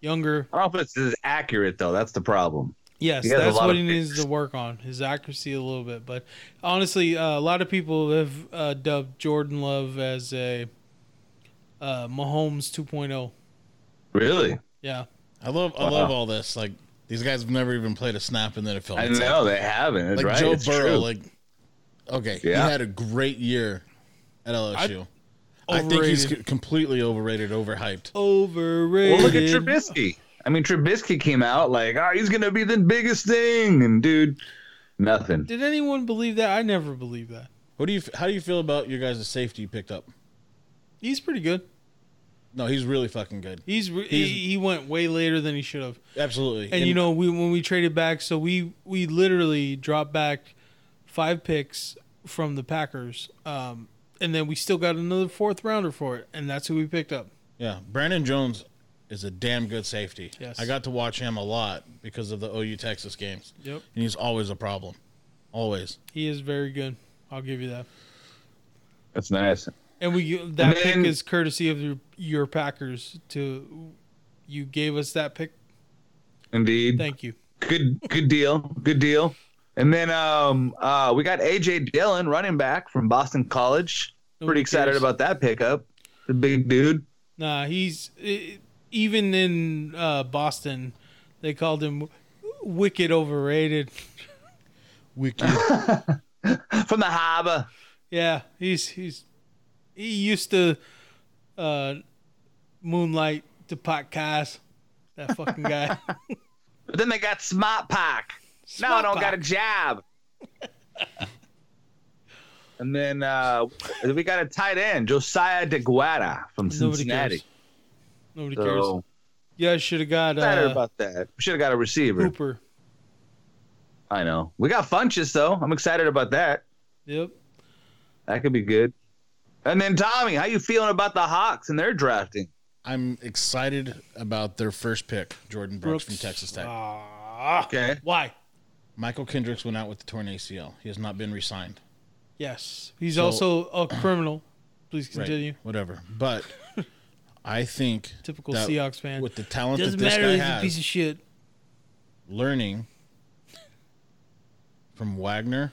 B: younger.
C: I don't know if it's as accurate though. That's the problem.
B: Yes,
C: He has a
B: that's
C: lot
B: what
C: of
B: he needs
C: picks.
B: to work on his accuracy a little bit. But honestly, uh, a lot of people have uh, dubbed Jordan Love as a uh, Mahomes 2.0.
C: Really?
B: Yeah,
D: I love I love all this. Like these guys have never even played a snap in the NFL.
C: I
D: It's like-
C: know they haven't. It's
D: Like
C: right.
D: Joe
C: It's
D: Burrow,
C: true.
D: like okay,
C: Yeah.
D: he had a great year at LSU. I, think he's
B: overrated.
D: c- completely overrated, overhyped.
B: Overrated.
C: well, look at Trubisky. I mean, Trubisky came out like, oh, he's gonna be the biggest thing, and dude, nothing.
B: Did anyone believe that? I never believed that.
D: What do you? f- How do you feel about your guys' safety you picked up?
B: He's pretty good.
D: No, he's really fucking good.
B: He's, re- he,
D: He's-
B: he went way later than he should have.
D: Absolutely.
B: And you know, we when we traded back, so we we literally dropped back five picks from the Packers, um, and then we still got another fourth rounder for it, and that's who we picked up.
D: yeah, Brandon Jones is a damn good safety.
B: Yes.
D: I got to watch him a lot because of the OU Texas games.
B: Yep.
D: and he's always a problem. Always.
B: He is very good. I'll give you that.
C: That's nice.
B: And we that
C: And
B: pick
C: then-
B: is courtesy of your, your Packers. To you gave us that pick.
C: Indeed.
B: Thank you.
C: good good deal good deal and then um uh we got aj dillon running back from boston college
B: Nobody
C: pretty excited
B: cares.
C: about that pickup the big dude
B: Nah, he's e- even in uh, Boston, they called him wicked overrated.
D: Wicked.
C: from the harbor
B: Yeah, he's he's he used to uh moonlight to podcast. That fucking guy.
C: but then they got smart pack now i
B: Smart
C: don't got a
B: Pack.
C: job and then uh we got a tight end josiah deguara from
B: Nobody
C: cincinnati
B: cares. Nobody cares.
C: so
B: Yeah, should have got
C: excited
B: uh,
C: about that we should have got a receiver
B: Cooper.
C: i know we got funches though i'm excited about that
B: Yep.
C: That could be good. And then Tommy, how you feeling about the Hawks and their drafting?
D: I'm excited about their first pick, Jordan Brooks,
B: Brooks.
D: from Texas Tech.
C: Okay.
B: Why?
D: Michael Kendricks went out with the torn ACL. He has not been re-signed.
B: Yes. He's
D: So-
B: also a criminal. Please
D: Right,
B: continue.
D: Whatever. But I think
B: Typical
D: that
B: Seahawks fan.
D: with the talent
B: Doesn't
D: that this
B: matter.
D: guy
B: He's a piece of
D: has,
B: shit.
D: learning from Wagner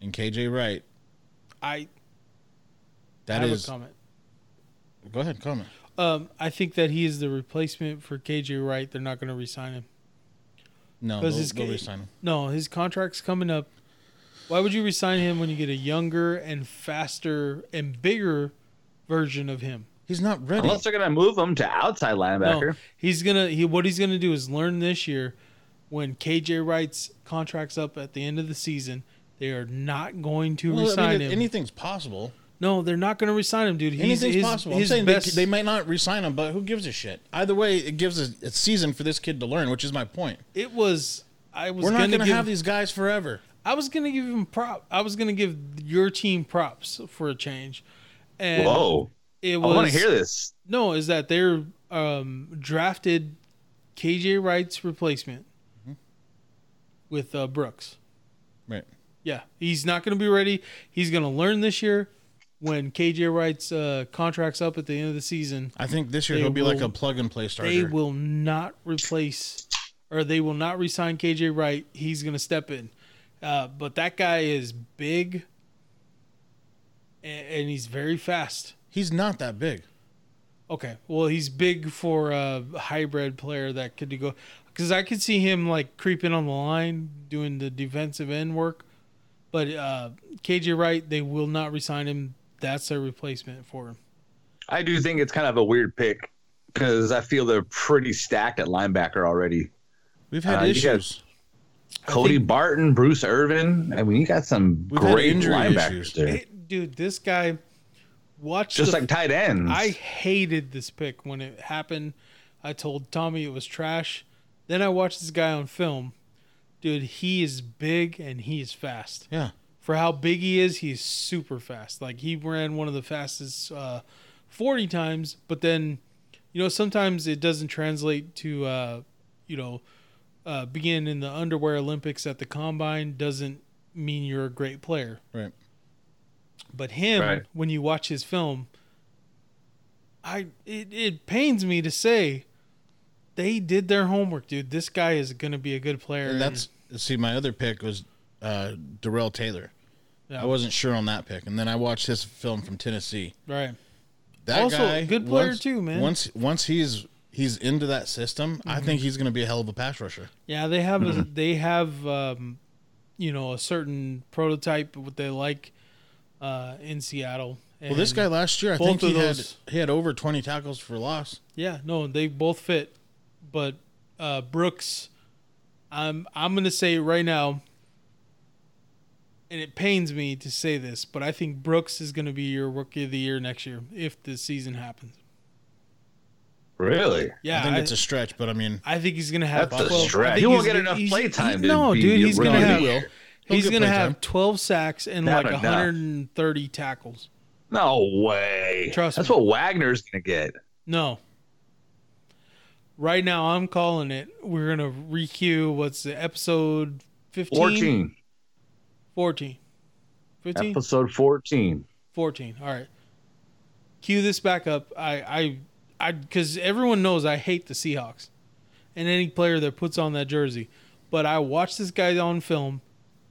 D: and KJ Wright,
B: I
D: that
B: have
D: is.
B: a comment.
D: Go ahead, comment.
B: Um, I think that he is the replacement for KJ Wright. They're not going to resign him.
D: No,
B: Because
D: they'll,
B: it's
D: they'll
B: ga-
D: re-sign him.
B: No, his contract's coming up. Why would you resign him when you get a younger and faster and bigger version of him?
D: He's not ready.
C: Unless they're gonna move him to outside linebacker.
B: No, he's gonna he what he's gonna do is learn this year when KJ Wright's contract's up at the end of the season. They are not going to
D: Well, I mean,
B: resign
D: if
B: him.
D: anything's possible.
B: no, they're not going to resign him, dude. He's,
D: Anything's
B: his-
D: possible.
B: his
D: I'm saying
B: best-
D: they, they might not re-sign him, but who gives a shit? Either way, it gives a, a season for this kid to learn, which is my point.
B: it was. I was
D: We're not
B: gonna,
D: going to
B: give,
D: have these guys forever.
B: I was gonna give him prop. I was gonna give your team props for a change. And
C: Whoa.
B: It
C: I
B: was.
C: wanna hear this.
B: No, is that they're um, drafted KJ Wright's replacement with uh, Brooks.
D: Right.
B: Yeah, he's not going to be ready. He's going to learn this year when KJ Wright's uh, contract's up at the end of the season.
D: I think this year
B: They
D: he'll be like
B: will-
D: a plug and play starter.
B: They will not replace or they will not resign KJ Wright. He's going to step in. Uh, but that guy is big and, and he's very fast.
D: He's not that big.
B: Okay. Well, he's big for a hybrid player that could go because I could see him like creeping on the line doing the defensive end work. But uh, KJ Wright, they will not resign him. That's their replacement for him.
C: I do think it's kind of a weird pick because I feel they're pretty stacked at linebacker already.
D: We've had
C: Uh, you
D: issues.
C: Cody Barton, Bruce Irvin. I mean, you got some
D: We've had
C: great
D: injury
C: linebackers
D: issues.
C: there.
B: It- dude, this guy watched
C: Just
B: the-
C: like tight ends.
B: I hated this pick when it happened. I told Tommy it was trash. Then I watched this guy on film. Dude, he is big and he is fast.
D: Yeah.
B: for how big he is, he's super fast. Like he ran one of the fastest uh, 40 times, but then, you know, sometimes it doesn't translate to uh, you know, uh, being in the underwear Olympics at the combine doesn't mean you're a great player.
D: Right.
B: But him,
C: Right.
B: when you watch his film, I it, it pains me to say they did their homework, dude. This guy is going to be a good player.
D: And that's see, my other pick was uh, Darrell Taylor.
B: Yeah.
D: I wasn't sure on that pick, and then I watched his film from Tennessee.
B: right.
D: That
B: Also,
D: guy,
B: good player
D: once-
B: too, man. Mm-hmm.
D: Once once he's he's into that system, I think he's going to be a hell of a pass rusher.
B: Yeah, they have a,
D: Mm-hmm.
B: they have um, you know a certain prototype of what they like uh, in Seattle. And
D: Well, this guy last year, I
B: both
D: think
B: of
D: he
B: those-
D: had he had over twenty tackles for loss.
B: yeah, no, they both fit, but uh, Brooks, I'm I'm gonna say it right now, and it pains me to say this, but I think Brooks is gonna be your rookie of the year next year if the season happens.
C: Really?
B: Yeah,
D: I think it's a stretch, but I mean,
B: I think he's gonna have.
C: That's a
B: 12 I
C: stretch.
B: think
C: He won't
B: he's
C: get
B: gonna-
C: enough
B: he's-
C: play time to
B: no,
C: be
B: dude,
C: a
B: he's gonna
C: rookie of the
B: have.
C: year.
D: He'll
B: He's
D: get
B: gonna
D: play
B: have
D: time.
B: 12 sacks and
C: Not
B: like
C: enough.
B: 130 tackles.
C: No way.
B: Trust
C: That's
B: me.
C: what Wagner's gonna get.
B: No. Right now, I'm calling it. We're gonna requeue. What's the episode 15?
C: Fourteen.
B: 14. 15?
C: Episode fourteen.
B: 14. All right. Cue this back up. I, I, I, because everyone knows I hate the Seahawks and any player that puts on that jersey. But I watched this guy on film.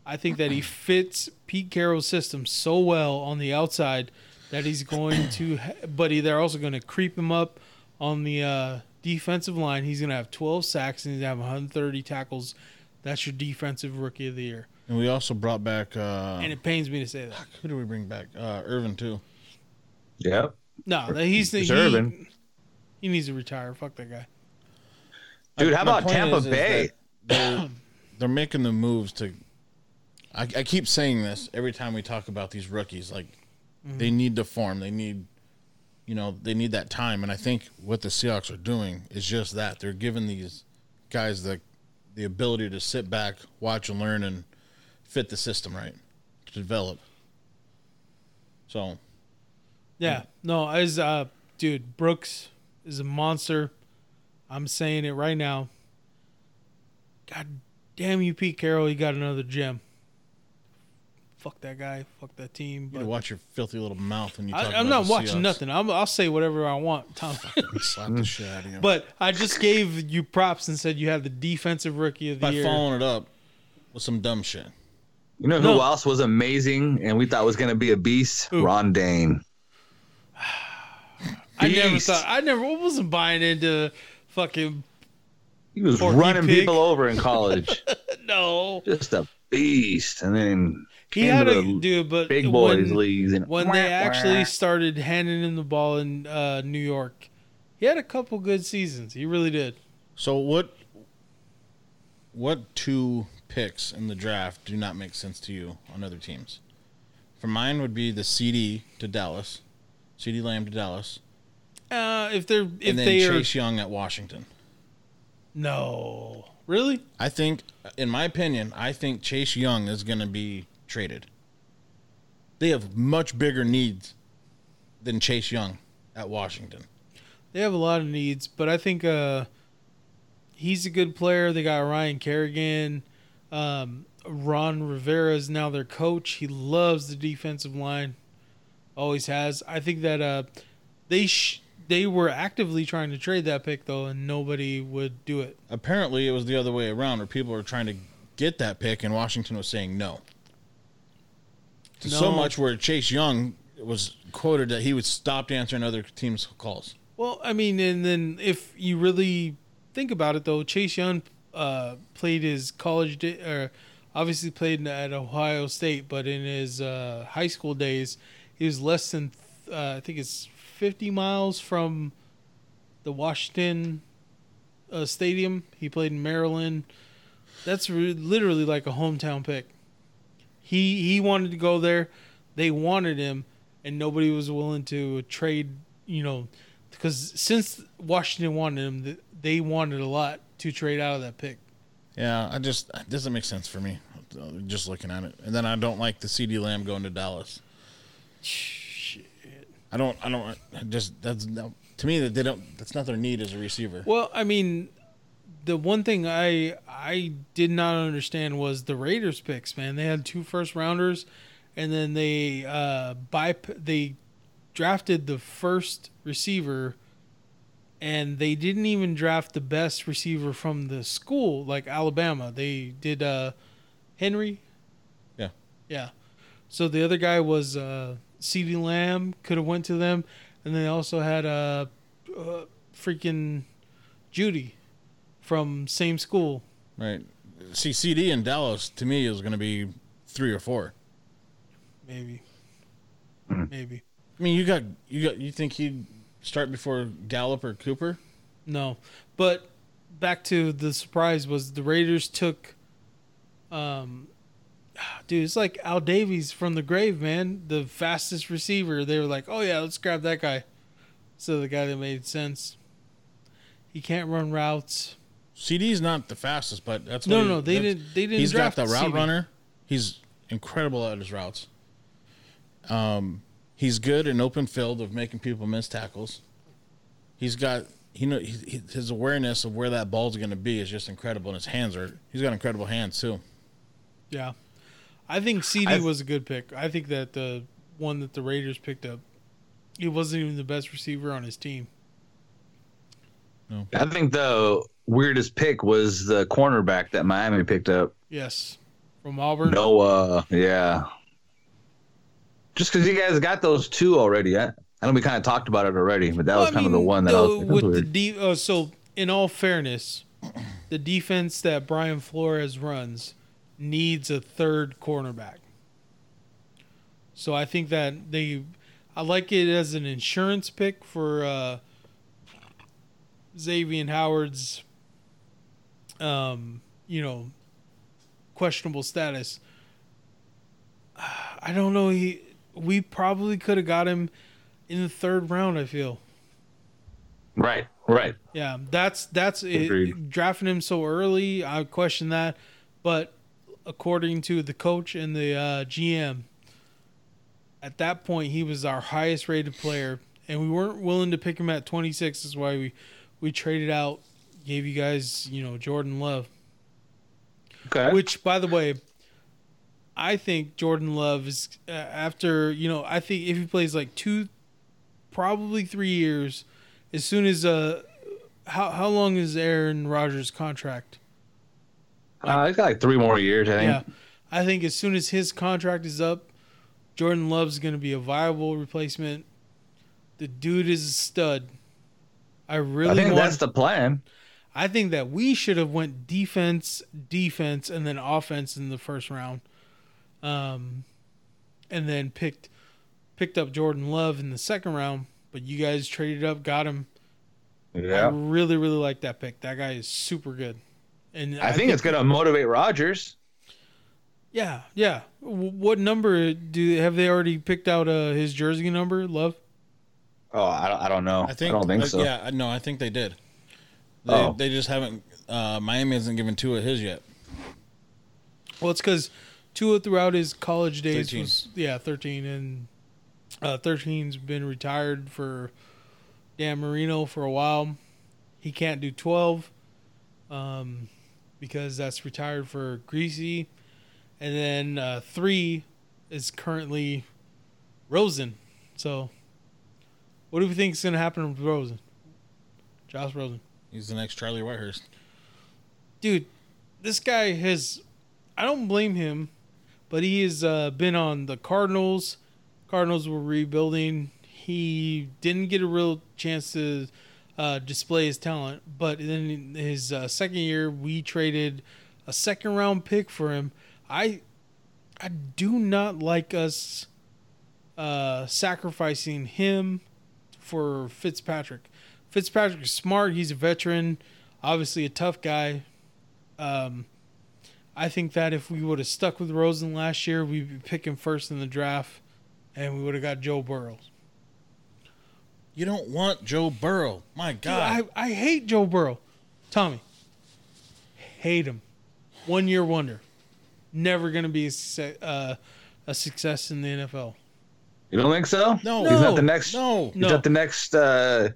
B: I think that he fits Pete Carroll's system so well on the outside that he's going to, ha- but he- they're also going to creep him up on the uh, defensive line. He's going to have 12 sacks and he's going to have 130 tackles. That's your defensive rookie of the year.
D: and we also brought back uh,
B: And it pains me to say that.
D: who do we bring back? Uh, Irvin too.
C: Yep.
B: No, that he's the,
C: He's
B: he,
C: Irvin.
B: he needs to retire. Fuck that guy.
C: Dude, how
D: My
C: about
D: point
C: Tampa
D: is- is
C: Bay?
D: that they're, they're making the moves to. I, I keep saying this every time we talk about these rookies. Like,
B: Mm-hmm.
D: they need to form. They need, you know, they need that time. And I think what the Seahawks are doing is just that. They're giving these guys the the ability to sit back, watch, and learn, and fit the system right to develop. So
B: Yeah. No, as uh dude, Brooks is a monster. I'm saying it right now. God damn you, Pete Carroll, you got another gem. Fuck that guy. Fuck that team.
D: you need to
B: But
D: watch your filthy little mouth when you. Talk
B: I,
D: about
B: I'm not
D: the
B: watching
D: Seahawks.
B: nothing. I'm, I'll say whatever I want, Tom.
D: Slap the shit out of you.
B: but I just gave you props and said you have the defensive rookie of the
D: by
B: year.
D: following it up with some dumb shit.
C: You know who
B: No.
C: else was amazing and we thought was going to be a beast? Ron Dane.
B: I never
C: Beast.
B: thought. I never I wasn't buying into fucking
C: He was
B: Porky
C: running
B: pig.
C: people over in college.
B: no.
C: Just a beast. And then
B: He
C: came
B: had
C: to
B: a
C: the
B: dude, but
C: big boys
B: when-
C: leagues. And
B: when they actually started handing him the ball in uh, New York. He had a couple good seasons. He really did.
D: So what? What two picks in the draft do not make sense to you on other teams? For mine would be the CD to Dallas, CD Lamb to Dallas,
B: Uh, if they're if
D: and then
B: they
D: Chase Young at Washington.
B: are no really
D: I think, in my opinion, I think Chase Young is going to be traded. They have much bigger needs than Chase Young at Washington.
B: they have a lot of needs, but I think uh, he's a good player. They got Ryan Kerrigan, um, Ron Rivera is now their coach. He loves the defensive line, always has. I think that uh, they sh- they were actively trying to trade that pick though, and nobody would do it.
D: apparently it was the other way around where people were trying to get that pick and Washington was saying no. To So
B: No.
D: much where Chase Young was quoted that he would stop answering other teams' calls.
B: Well, I mean, and then if you really think about it, though, Chase Young uh, played his college, da- or obviously played in- at Ohio State, but in his uh, high school days, he was less than, uh, I think it's 50 miles from the Washington uh, Stadium. He played in Maryland. That's re- literally like a hometown pick. He he wanted to go there. They wanted him, and nobody was willing to trade. You know, because since Washington wanted him, th- they wanted a lot to trade out of that pick.
D: Yeah, I just it doesn't make sense for me just looking at it. And then I don't like the CD Lamb going to Dallas. I don't I don't I just that's no, to me that they don't that's not their need as a receiver.
B: Well, I mean, the one thing I I did not understand was the Raiders picks. Man, they had two first rounders, and then they uh by they drafted the first receiver, and they didn't even draft the best receiver from the school like Alabama. They did uh Henry.
D: Yeah.
B: Yeah. So the other guy was uh CeeDee Lamb could have went to them, and they also had uh, uh freaking Judy from same school.
D: Right. See, CD in Dallas to me is going to be three or four.
B: Maybe. Maybe.
D: I mean, you got you got you think he'd start before Gallup or Cooper?
B: No. But back to the surprise was the Raiders took um dude, it's like Al Davies from the grave, man. The fastest receiver. They were like, Oh yeah, let's grab that guy. So the guy that made sense. He can't run routes.
D: CD's not the fastest, but that's
B: No,
D: what
B: no, they
D: that's-
B: didn't- they didn't
D: He's
B: draft
D: got the route
B: CD.
D: runner. He's incredible at his routes. Um, he's good in open field of making people miss tackles. He's got he know he, his awareness of where that ball's going to be is just incredible, and his hands are he's got incredible hands too.
B: Yeah. I think CD
C: I've-
B: was a good pick. I think that the one that the Raiders picked up, he wasn't even the best receiver on his team.
C: I think the weirdest pick was the cornerback that Miami picked up.
B: Yes. From Auburn.
C: Noah, yeah. Just because you guys got those two already, I, I know we kind of talked about it already, but that was
B: Well, I
C: kind of the
B: mean,
C: one that I
B: though,
C: was like, that's
B: with the
C: weird.
B: de- uh, so in all fairness, the defense that Brian Flores runs needs a third cornerback. So I think that they, I like it as an insurance pick for uh, Xavier Howard's, um, you know, questionable status. I don't know. He, we probably could have got him in the third round. I feel.
C: right, right.
B: Yeah, that's that's it,
C: Agreed.
B: drafting him so early. I question that, but according to the coach and the uh, GM, at that point he was our highest rated player, and we weren't willing to pick him at 26. That's why we we traded out, gave you guys you know Jordan Love,
C: Okay.
B: which by the way. I think Jordan Love is uh, after you know. I think if he plays like two, probably three years, as soon as uh, how how long is Aaron Rodgers' contract?
C: uh, he's got like three more years, I think.
B: Yeah, I think as soon as his contract is up, Jordan Love's going to be a viable replacement. The dude is a stud. I
C: I
B: really
C: think
B: want.
C: that's the plan.
B: I think that we should have went defense, defense, and then offense in the first round, um, and then picked picked up Jordan Love in the second round. But you guys traded up, got him. I
C: Yeah.
B: really, really like that pick. That guy is super good. And
C: I, think, it's going to motivate Rodgers.
B: Yeah, yeah. W- What number do have they already picked out? Uh, his jersey number, love.
C: Oh, I don't, I don't know.
D: I think.
C: I don't think
D: uh,
C: so.
D: Yeah, no, I think they did. They,
C: Oh.
D: they just haven't. Uh, Miami hasn't given two of his yet.
B: Well, it's because Tua throughout his college days
D: 13.
B: was yeah thirteen, and uh, thirteen's been retired for Dan Marino for a while. He can't do twelve, um, because that's retired for Greasy, and then uh, three is currently Rosen. So, what do we think is going to happen with Rosen? Josh Rosen.
D: He's the next Charlie Whitehurst.
B: dude, this guy has. I don't blame him, but he has uh, been on the Cardinals. Cardinals were rebuilding. He didn't get a real chance to uh, display his talent, but then in his uh, second year, we traded a second round pick for him. I, I do not like us uh, sacrificing him for Fitzpatrick. Fitzpatrick is smart. He's a veteran, obviously a tough guy. Um, I think that if we would have stuck with Rosen last year, we'd be picking first in the draft, and we would have got Joe Burrow.
D: You don't want Joe Burrow. My
B: Dude,
D: God.
B: I, I hate Joe Burrow. Tommy, hate him. One year wonder. Never going to be a, succe- uh, a success in the NFL.
C: You don't think so?
D: No.
C: He's
B: No,
C: not the next.
D: no.
C: He's not the next. Uh,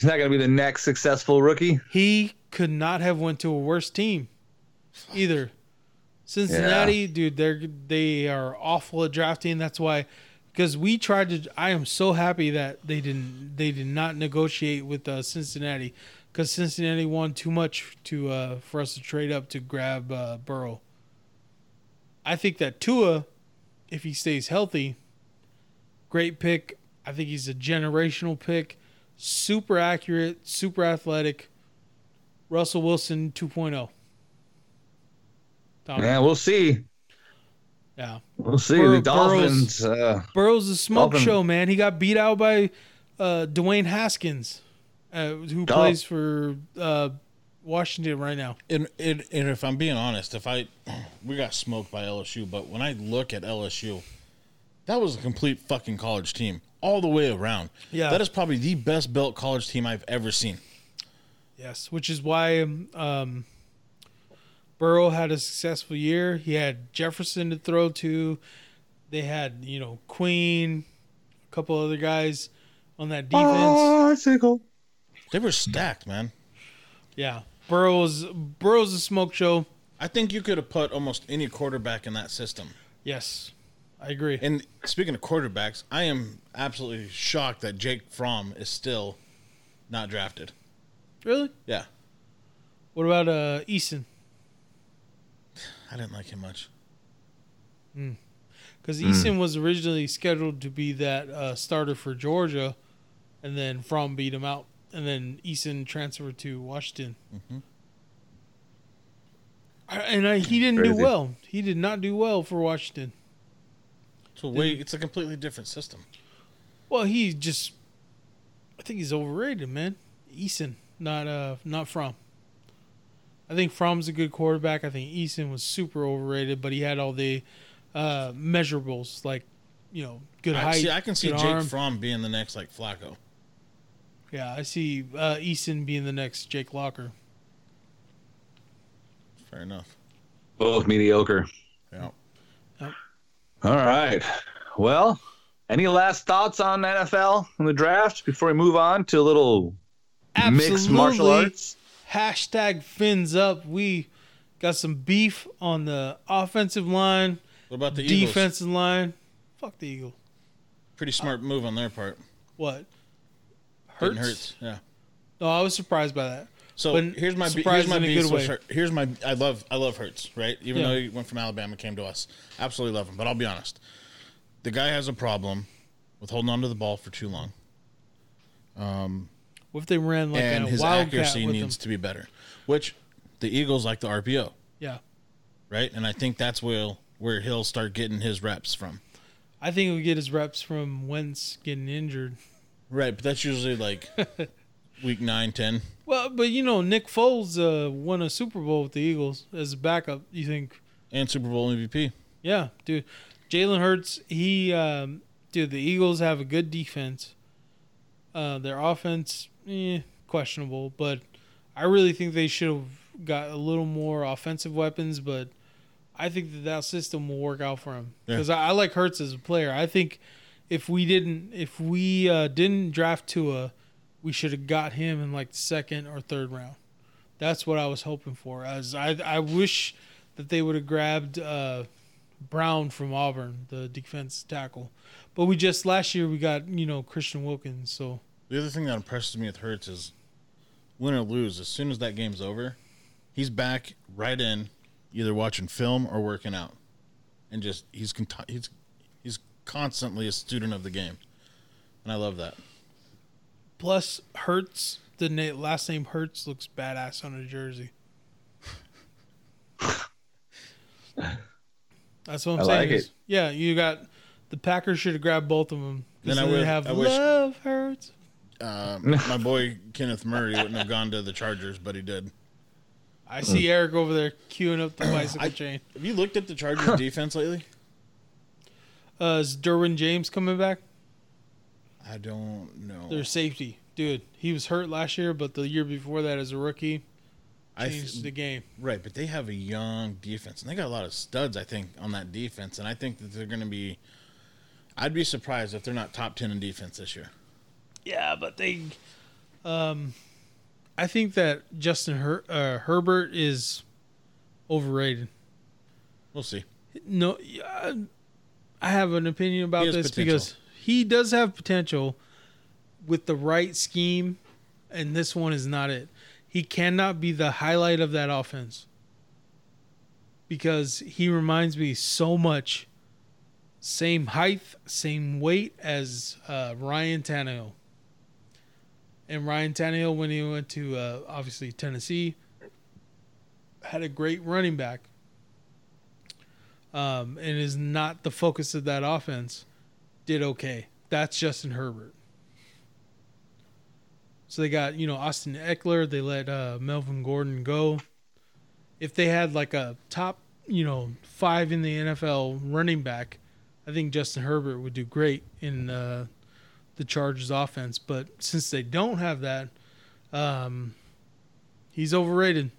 C: he's not going to be the next successful rookie.
B: He could not have went to a worse team either. Cincinnati, dude, they're they are awful at drafting. That's why because we tried to I am so happy that they didn't they did not negotiate with uh, Cincinnati cuz Cincinnati won too much to uh, for us to trade up to grab uh, Burrow. I think that Tua if he stays healthy, great pick. I think he's a generational pick. Super accurate, super athletic. Russell Wilson oh. 2.0. Tom,
C: Yeah, we'll see.
B: yeah.
C: We'll see.
B: Burrow-
C: the Dolphins. Uh,
B: Burrow's a smoke
C: Dolphin-
B: show, man. He got beat out by uh, Dwayne Haskins, uh, who
C: Dol-
B: plays for uh, Washington right now.
D: And, and, and if I'm being honest, if I we got smoked by LSU, but when I look at LSU, that was a complete fucking college team all the way around.
B: Yeah.
D: that is probably the best built college team I've ever seen.
B: Yes, which is why um, Burrow had a successful year. He had Jefferson to throw to. They had you know Queen, a couple other guys on that defense.
D: Oh,
C: bicycle.
D: They were stacked, man.
B: Yeah, Burrow's Burrow's a smoke show.
D: I think you could have put almost any quarterback in that system.
B: Yes, I agree.
D: And speaking of quarterbacks, I am absolutely shocked that Jake Fromm is still not drafted.
B: really?
D: Yeah,
B: What about uh, Eason?
D: I didn't like him much.
B: because
D: Mm.
B: Eason was originally scheduled to be that uh, starter for Georgia, and then Fromm beat him out, and then Eason transferred to Washington.
D: Mm-hmm.
B: I, and I, he didn't do
C: Crazy.
B: well. He did not do well for Washington.
D: So wait, it's a completely different system.
B: Well, he just, I think he's overrated, man. Eason, not uh, not Fromm. I think Fromm's a good quarterback. I think Eason was super overrated, but he had all the uh, measurables like, you know, good
D: I,
B: height.
D: see, I can see
B: good
D: Jake
B: arm.
D: Fromm being the next like Flacco.
B: Yeah, I see uh, Easton being the next Jake Locker.
D: Fair enough.
C: Both mediocre.
D: Yeah.
C: All right. Well, any last thoughts on NFL and the draft before we move on to a little mixed martial
B: Absolutely.
C: arts?
B: Hashtag fins up. We got some beef on the offensive line,
D: What about the Eagles?
B: defensive line. Fuck the Eagle.
D: Pretty smart
B: uh,
D: move on their part.
B: What?
D: Hurts.
B: Hurts.
D: Hurts. Yeah.
B: No, I was surprised by that.
D: So
B: But
D: here's my be- here's
B: surprised
D: my
B: in a
D: beef
B: good
D: with
B: way.
D: Hur- here's my I love I love Hurts right even
B: Yeah.
D: though he went from Alabama came to us absolutely love him but I'll be honest the guy has a problem with holding onto the ball for too long
B: What if they ran like
D: and
B: a
D: his
B: wildcat
D: accuracy
B: with
D: needs
B: them?
D: to be better which the Eagles like the RPO
B: Yeah,
D: right and I think that's where where he'll start getting his reps from
B: I think he'll get his reps from Wentz getting injured.
D: right but that's usually like week 9 10
B: Well, but you know, Nick Foles uh, won a Super Bowl with the Eagles as a backup. You think
D: and Super Bowl MVP
B: Yeah, dude. Jalen Hurts, he, um, dude, the Eagles have a good defense. Uh, their offense, eh, questionable, but I really think they should have got a little more offensive weapons, but I think that that system will work out for him
D: Yeah.
B: because I, I like Hurts as a player. I think if we didn't, if we uh, didn't draft Tua, we should have got him in like the second or third round. That's what I was hoping for. As I, I wish that they would have grabbed uh, Brown from Auburn, the defense tackle. But we just last year we got you know Christian Wilkins, so
D: The other thing that impresses me with Hurts is win or lose, as soon as that game's over, he's back right in, either watching film or working out, and just he's con- he's he's constantly a student of the game, and I love that.
B: plus Hertz, the na- last name Hertz looks badass on a jersey. That's what I'm
C: I
B: saying.
C: like
B: is-
C: it.
B: Yeah, you got the Packers should have grabbed both of them.
D: Then
B: Then
D: I
B: I
D: would-
B: would have
D: I wish-
B: love Hurts.
D: Uh, my boy Kenneth Murray wouldn't have gone to the Chargers, but he did.
B: I see Eric over there queuing up the bicycle
D: Hmm. I-
B: chain.
D: Have you looked at the Chargers defense lately?
B: Uh, is Derwin James coming back?
D: I don't know.
B: Their safety, dude. He was hurt last year, but the year before that as a rookie
D: I th-
B: changed the game.
D: Right, but they have a young defense, and they got a lot of studs. I think on that defense, and I think that they're going to be. I'd be surprised if they're not top ten in defense this year.
B: Yeah, but they, um, I think that Justin Her- uh, Herbert is overrated.
D: We'll see.
B: No, uh, I have an opinion about
D: He has
B: this
D: potential.
B: because he does have potential with the right scheme, and this one is not it. He cannot be the highlight of that offense because he reminds me so much. Same height, same weight as uh, Ryan Tannehill. And Ryan Tannehill, when he went to uh, obviously Tennessee, had a great running back um, and is not the focus of that offense, did okay. That's Justin Herbert. So they got you know Austin Eckler. They let uh, Melvin Gordon go. If they had like a top you know five in the NFL running back, I think Justin Herbert would do great in uh, the Chargers offense. But since they don't have that, um, he's overrated.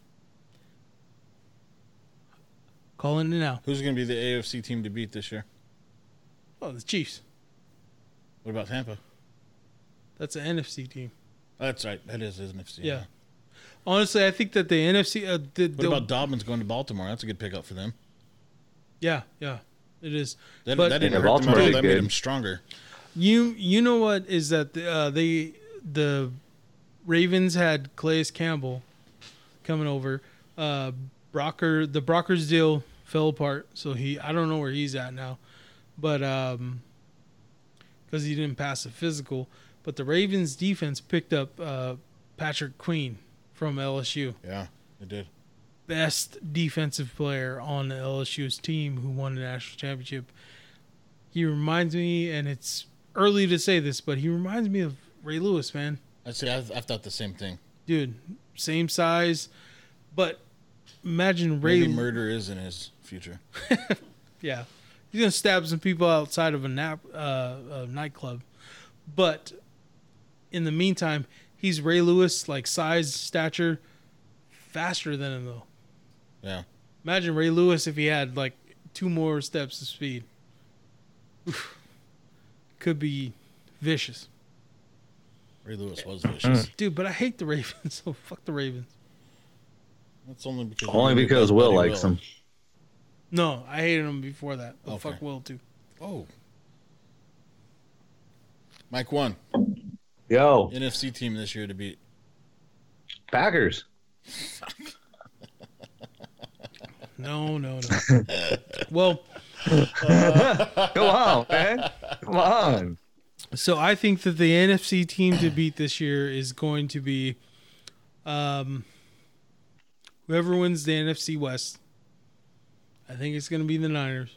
B: Calling it now.
D: Who's going to be the AFC team to beat this year?
B: Oh, the Chiefs.
D: What about Tampa?
B: That's an NFC team.
D: Oh, that's right. That is an NFC.
B: Yeah. Honestly, I think that the NFC. Uh, the,
D: What
B: the-
D: about Dobbins going to Baltimore? That's a good pickup for them.
B: Yeah, yeah, it is.
D: That,
B: but
D: that didn't
C: Yeah,
D: hurt them at
C: Baltimore
D: all.
C: did
D: That made
C: good.
D: them stronger.
B: you you know what is that the, uh, they the Ravens had Clayus Campbell coming over. Uh, Brocker the Brockers deal fell apart, so he I don't know where he's at now, but um, because he didn't pass the physical. But the Ravens defense picked up uh, Patrick Queen from LSU.
D: Yeah, it did.
B: best defensive player on the LSU's team who won the national championship. He reminds me, and it's early to say this, but he reminds me of Ray Lewis, man.
D: I see. I, I thought the same thing.
B: Dude, same size, but imagine Ray.
D: Maybe murder is in his future.
B: Yeah, he's gonna stab some people outside of a nap uh, a nightclub, but in the meantime, he's Ray Lewis, like size, stature, faster than him though.
D: Yeah.
B: Imagine Ray Lewis if he had like two more steps of speed. Oof. Could be vicious.
D: Ray Lewis was vicious.
B: Dude, but I hate the Ravens, so fuck the Ravens.
D: That's only because
C: Only because Will likes him.
B: No, I hated them before that. But
D: Okay.
B: fuck Will too.
D: Oh. Mike won
C: Yo,
D: NFC team this year to beat.
C: Packers.
B: No, no, no. well,
C: Come on, man. Come on.
B: so I think that the NFC team to beat this year is going to be um whoever wins the NFC West. I think it's going to be the Niners.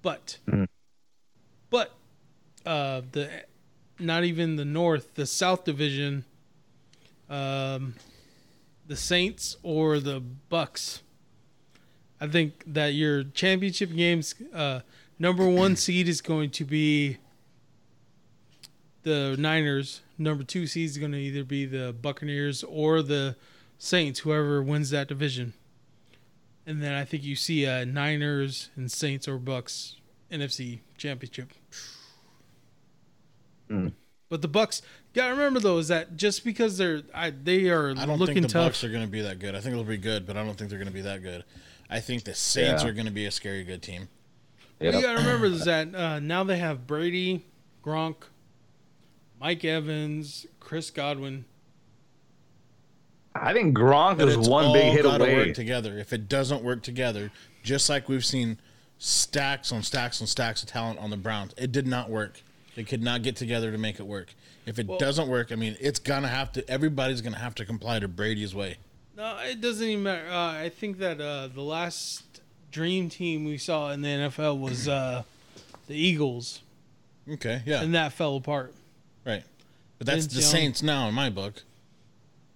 B: But but uh the not even the North, the South division um the Saints or the Bucks. I think that your championship games uh, number one seed is going to be the Niners. Number two seed is going to either be the Buccaneers or the Saints, whoever wins that division. And then I think you see uh, Niners and Saints or Bucks NFC championship.
D: Hmm.
B: But the Bucks, gotta remember though, is that just because they're I, they are
D: I don't
B: looking
D: think the
B: tough.
D: Bucks are going to be that good. I think they'll be good, but I don't think they're going to be that good. I think the Saints
C: Yeah.
D: are going to be a scary good team.
C: Yep.
B: You gotta remember is that uh, now they have Brady, Gronk, Mike Evans, Chris Godwin.
C: I think Gronk
D: But
C: is
D: it's
C: one big
D: all
C: hit
D: gotta
C: away.
D: Work together. If it doesn't work together, just like we've seen stacks on stacks on stacks of talent on the Browns, it did not work. They could not get together to make it work. If it doesn't work, I mean, it's gonna have to. Everybody's gonna have to comply to Brady's way.
B: No, it doesn't even matter. Uh, I think that uh, the last dream team we saw in the NFL was uh, the Eagles,
D: Okay, yeah,
B: and that fell apart.
D: right. But that's
B: Vince
D: the
B: Young.
D: Saints now in my book.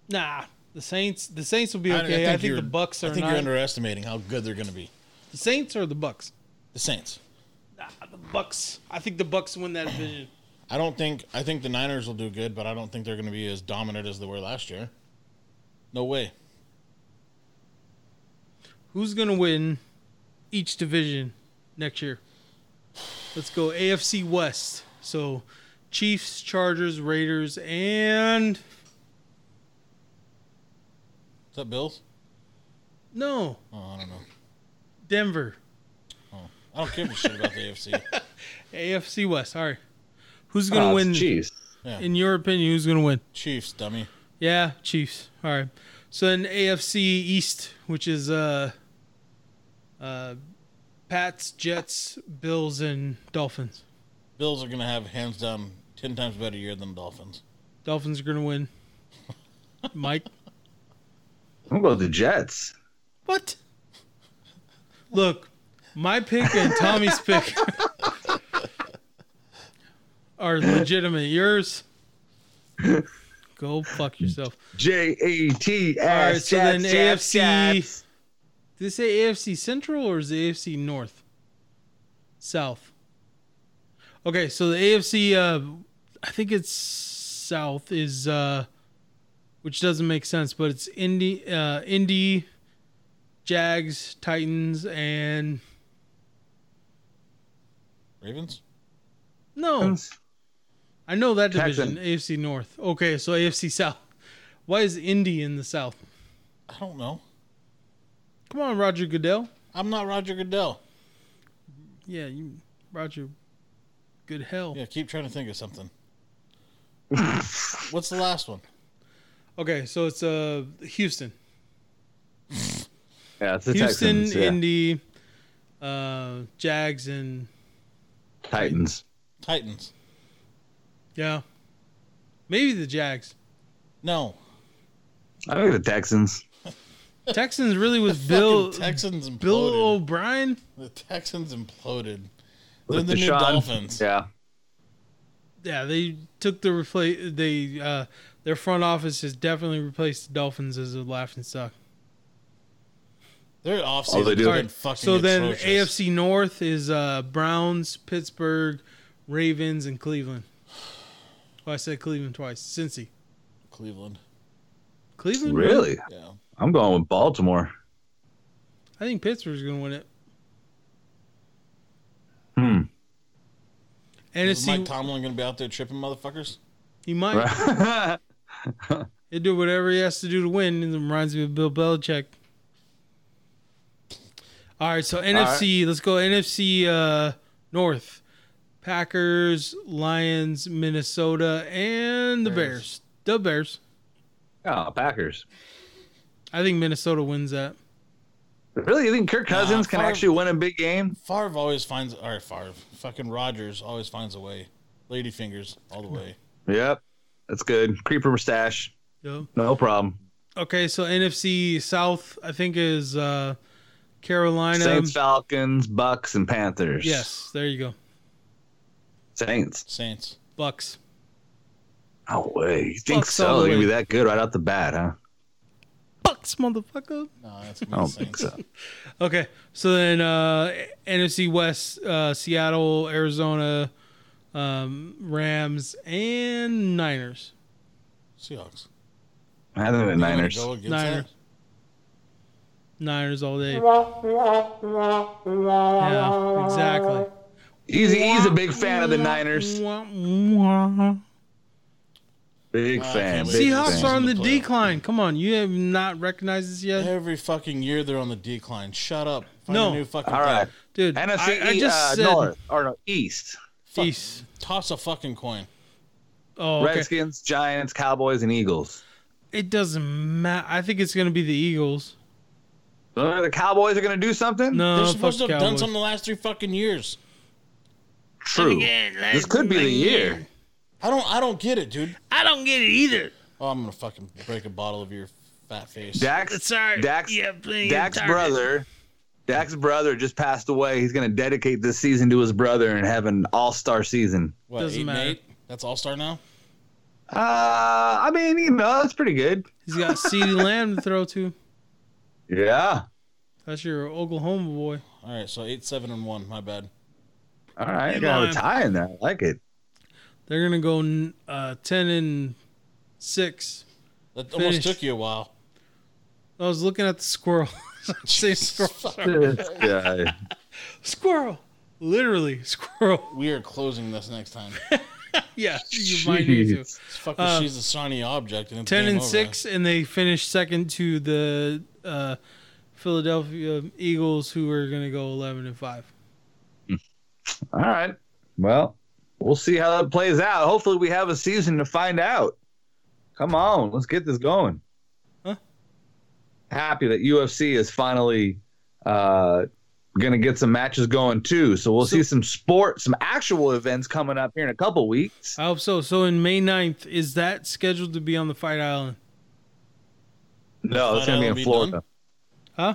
B: Nah, the Saints. The Saints will be okay. I, think,
D: you're-
B: the Bucks are
D: I think
B: not.
D: you're underestimating how good they're gonna be.
B: the Saints or the Bucks.
D: The Saints.
B: Nah, the Bucks. I think the Bucks win that division.
D: I don't think. I think the Niners will do good, but I don't think they're gonna be as dominant as they were last year. No way.
B: Who's gonna win each division next year? Let's go AFC West. So Chiefs, Chargers, Raiders, and
D: Is that Bills?
B: No,
D: Oh, I don't know.
B: Denver,
D: I don't give a shit about the AFC.
B: AFC West. Sorry, who's gonna
C: Oh,
B: win?
C: Jeez.
B: In your opinion, who's gonna win?
D: Chiefs, dummy.
B: Yeah, Chiefs. All right. So then AFC East, which is uh, uh, Pats, Jets, Bills, and Dolphins.
D: Bills are gonna have hands down ten times better year than Dolphins.
B: Dolphins are gonna win. Mike,
C: I'm going to the Jets.
B: what? Look, my pick and Tommy's pick are legitimate. Yours, go fuck yourself.
C: J A T
B: All
C: S.
B: right, so then AFC. Did it say AFC Central or is it AFC North? South. Okay, so the AFC, uh, I think it's South is, uh, which doesn't make sense, but it's Indy, uh, Indy, Jags, Titans, and
D: Ravens?
B: no, I know that division.
C: Texans.
B: AFC North. Okay, so AFC South. Why is Indy in the South?
D: I don't know.
B: Come on, Roger Goodell.
D: I'm not Roger Goodell.
B: Yeah, you, Roger. Good hell.
D: Yeah, keep trying to think of something. What's the last one?
B: Okay, so it's uh Houston,
C: Yeah, it's the
B: Houston,
C: Texans. yeah.
B: Indy, uh, Jags, and
C: Titans.
D: Titans.
B: yeah, maybe the Jags.
D: No.
C: I think the Texans.
B: Texans really was Bill
D: Fucking Texans imploded.
B: Bill O'Brien.
D: The Texans imploded. They're
C: With
D: the new
C: Deshaun.
D: Dolphins.
C: Yeah.
B: Yeah, they took the replace. They uh, their front office has definitely replaced the Dolphins as a laughing stock.
D: Their
C: All they
D: offseason
C: do-
D: has
B: All
D: been
B: right,
D: fucking
B: so then
D: atrocious.
B: AFC North is uh, Browns, Pittsburgh, Ravens, and Cleveland. Oh, I said Cleveland twice. Cincy,
D: Cleveland.
B: Cleveland,
C: Really?
D: Yeah.
C: I'm going with Baltimore.
B: I think Pittsburgh's going to win it. Hmm.
D: Is Mike
B: NFC,
D: Tomlin gonna be out there tripping motherfuckers?
B: he might. He'll do whatever he has to do to win. And it reminds me of Bill Belichick. All right, so NFC, let's go NFC uh, North. Packers, Lions, Minnesota, and the Bears.
D: Bears.
B: The Bears.
C: oh, Packers.
B: I think Minnesota wins that.
C: Really? You think Kirk Cousins can
D: Favre-
C: actually win a big game?
D: Favre always finds or Favre. Fucking Rogers always finds a way. Ladyfingers all the way.
C: Yep. That's good. Creeper mustache.
B: Yep.
C: No problem.
B: Okay, so NFC South, I think, is uh, Carolina.
C: Saints, Falcons, Bucks, and Panthers.
B: um, Yes, there you go.
C: Saints.
D: Saints.
B: Bucks.
C: No way. You think
B: Bucks all the
C: so? They're going to
B: way.
C: be that good right off the bat, huh?
B: Bucks, motherfucker.
D: No,
C: I
D: that's gonna be the
C: don't think
D: Saints.
C: so.
B: Okay, so then uh, NFC West, uh, Seattle, Arizona, um, Rams, and Niners.
D: Seahawks.
C: I think the
D: You wanna
C: Niners.
D: go against
B: Niners.
D: that?
B: Niners all day. Yeah, exactly.
C: He's, he's a big fan of the Niners.
B: Wah, wah.
C: Big
D: I
C: fan.
D: can't
C: Big
D: wait.
B: Seahawks
D: Season
B: are on the
D: to play.
B: decline. Come on, you have not recognized this yet,
D: Every fucking year they're on the decline. Shut up. Find
B: No.
D: a new fucking
C: All right.
D: team.
B: dude.
C: NFC
B: I, I just
C: uh,
B: said
C: North or no, East.
D: Fuck,
B: East.
D: Toss a fucking coin.
B: Oh, okay.
C: Redskins, Giants, Cowboys, and Eagles.
B: It doesn't matter. I think it's gonna be the Eagles.
C: Uh, the Cowboys are going to do something?
B: No,
D: They're
B: fuck
D: supposed to have done
B: Cowboys.
D: something the last three fucking years.
C: True. This could be the year.
D: I don't. I don't get it, dude.
E: I don't get it either.
D: Oh, I'm gonna fucking break a bottle of your fat face.
C: Dax,
E: Sorry.
C: Dax,
E: Yeah, plenty of
C: Dak's
E: target.
C: brother, Dak's brother just passed away. He's going to dedicate this season to his brother and have an all-star season.
D: what?
B: doesn't
D: eight and
B: matter.
D: eight? That's all star now.
C: Uh, I mean, you know, that's pretty good.
B: He's got CeeDee Lamb to throw to.
C: Yeah.
B: That's your Oklahoma boy.
D: All right, so eight, seven, and one. My bad.
C: All right. You got a
B: on.
C: tie in there. I like it.
B: They're gonna go n- uh, ten and six.
D: That almost
B: Finished.
D: took you a while.
B: I was looking at the squirrel. Say squirrel.
C: This guy.
B: Squirrel. Literally squirrel.
D: We are closing this next time.
B: yeah, you might need to.
C: Jeez.
D: Fucker, she's a shiny object. And it's
B: Um, Ten
D: game
B: and
D: over.
B: six, and they finished second to the uh, Philadelphia Eagles, who are going to go eleven and five.
C: All right. Well, we'll see how that plays out. Hopefully, we have a season to find out. Come on, let's get this going.
B: Huh?
C: Happy that UFC is finally uh, going to get some matches going too. So we'll
B: So-
C: see some sport, some actual events coming up here in a couple weeks.
B: I hope so. So in May 9th, is that scheduled to be on the Fight Island?
C: No, it's
D: Fight
C: going to
D: Island
C: be
D: be
C: in Florida.
D: done?
B: Huh?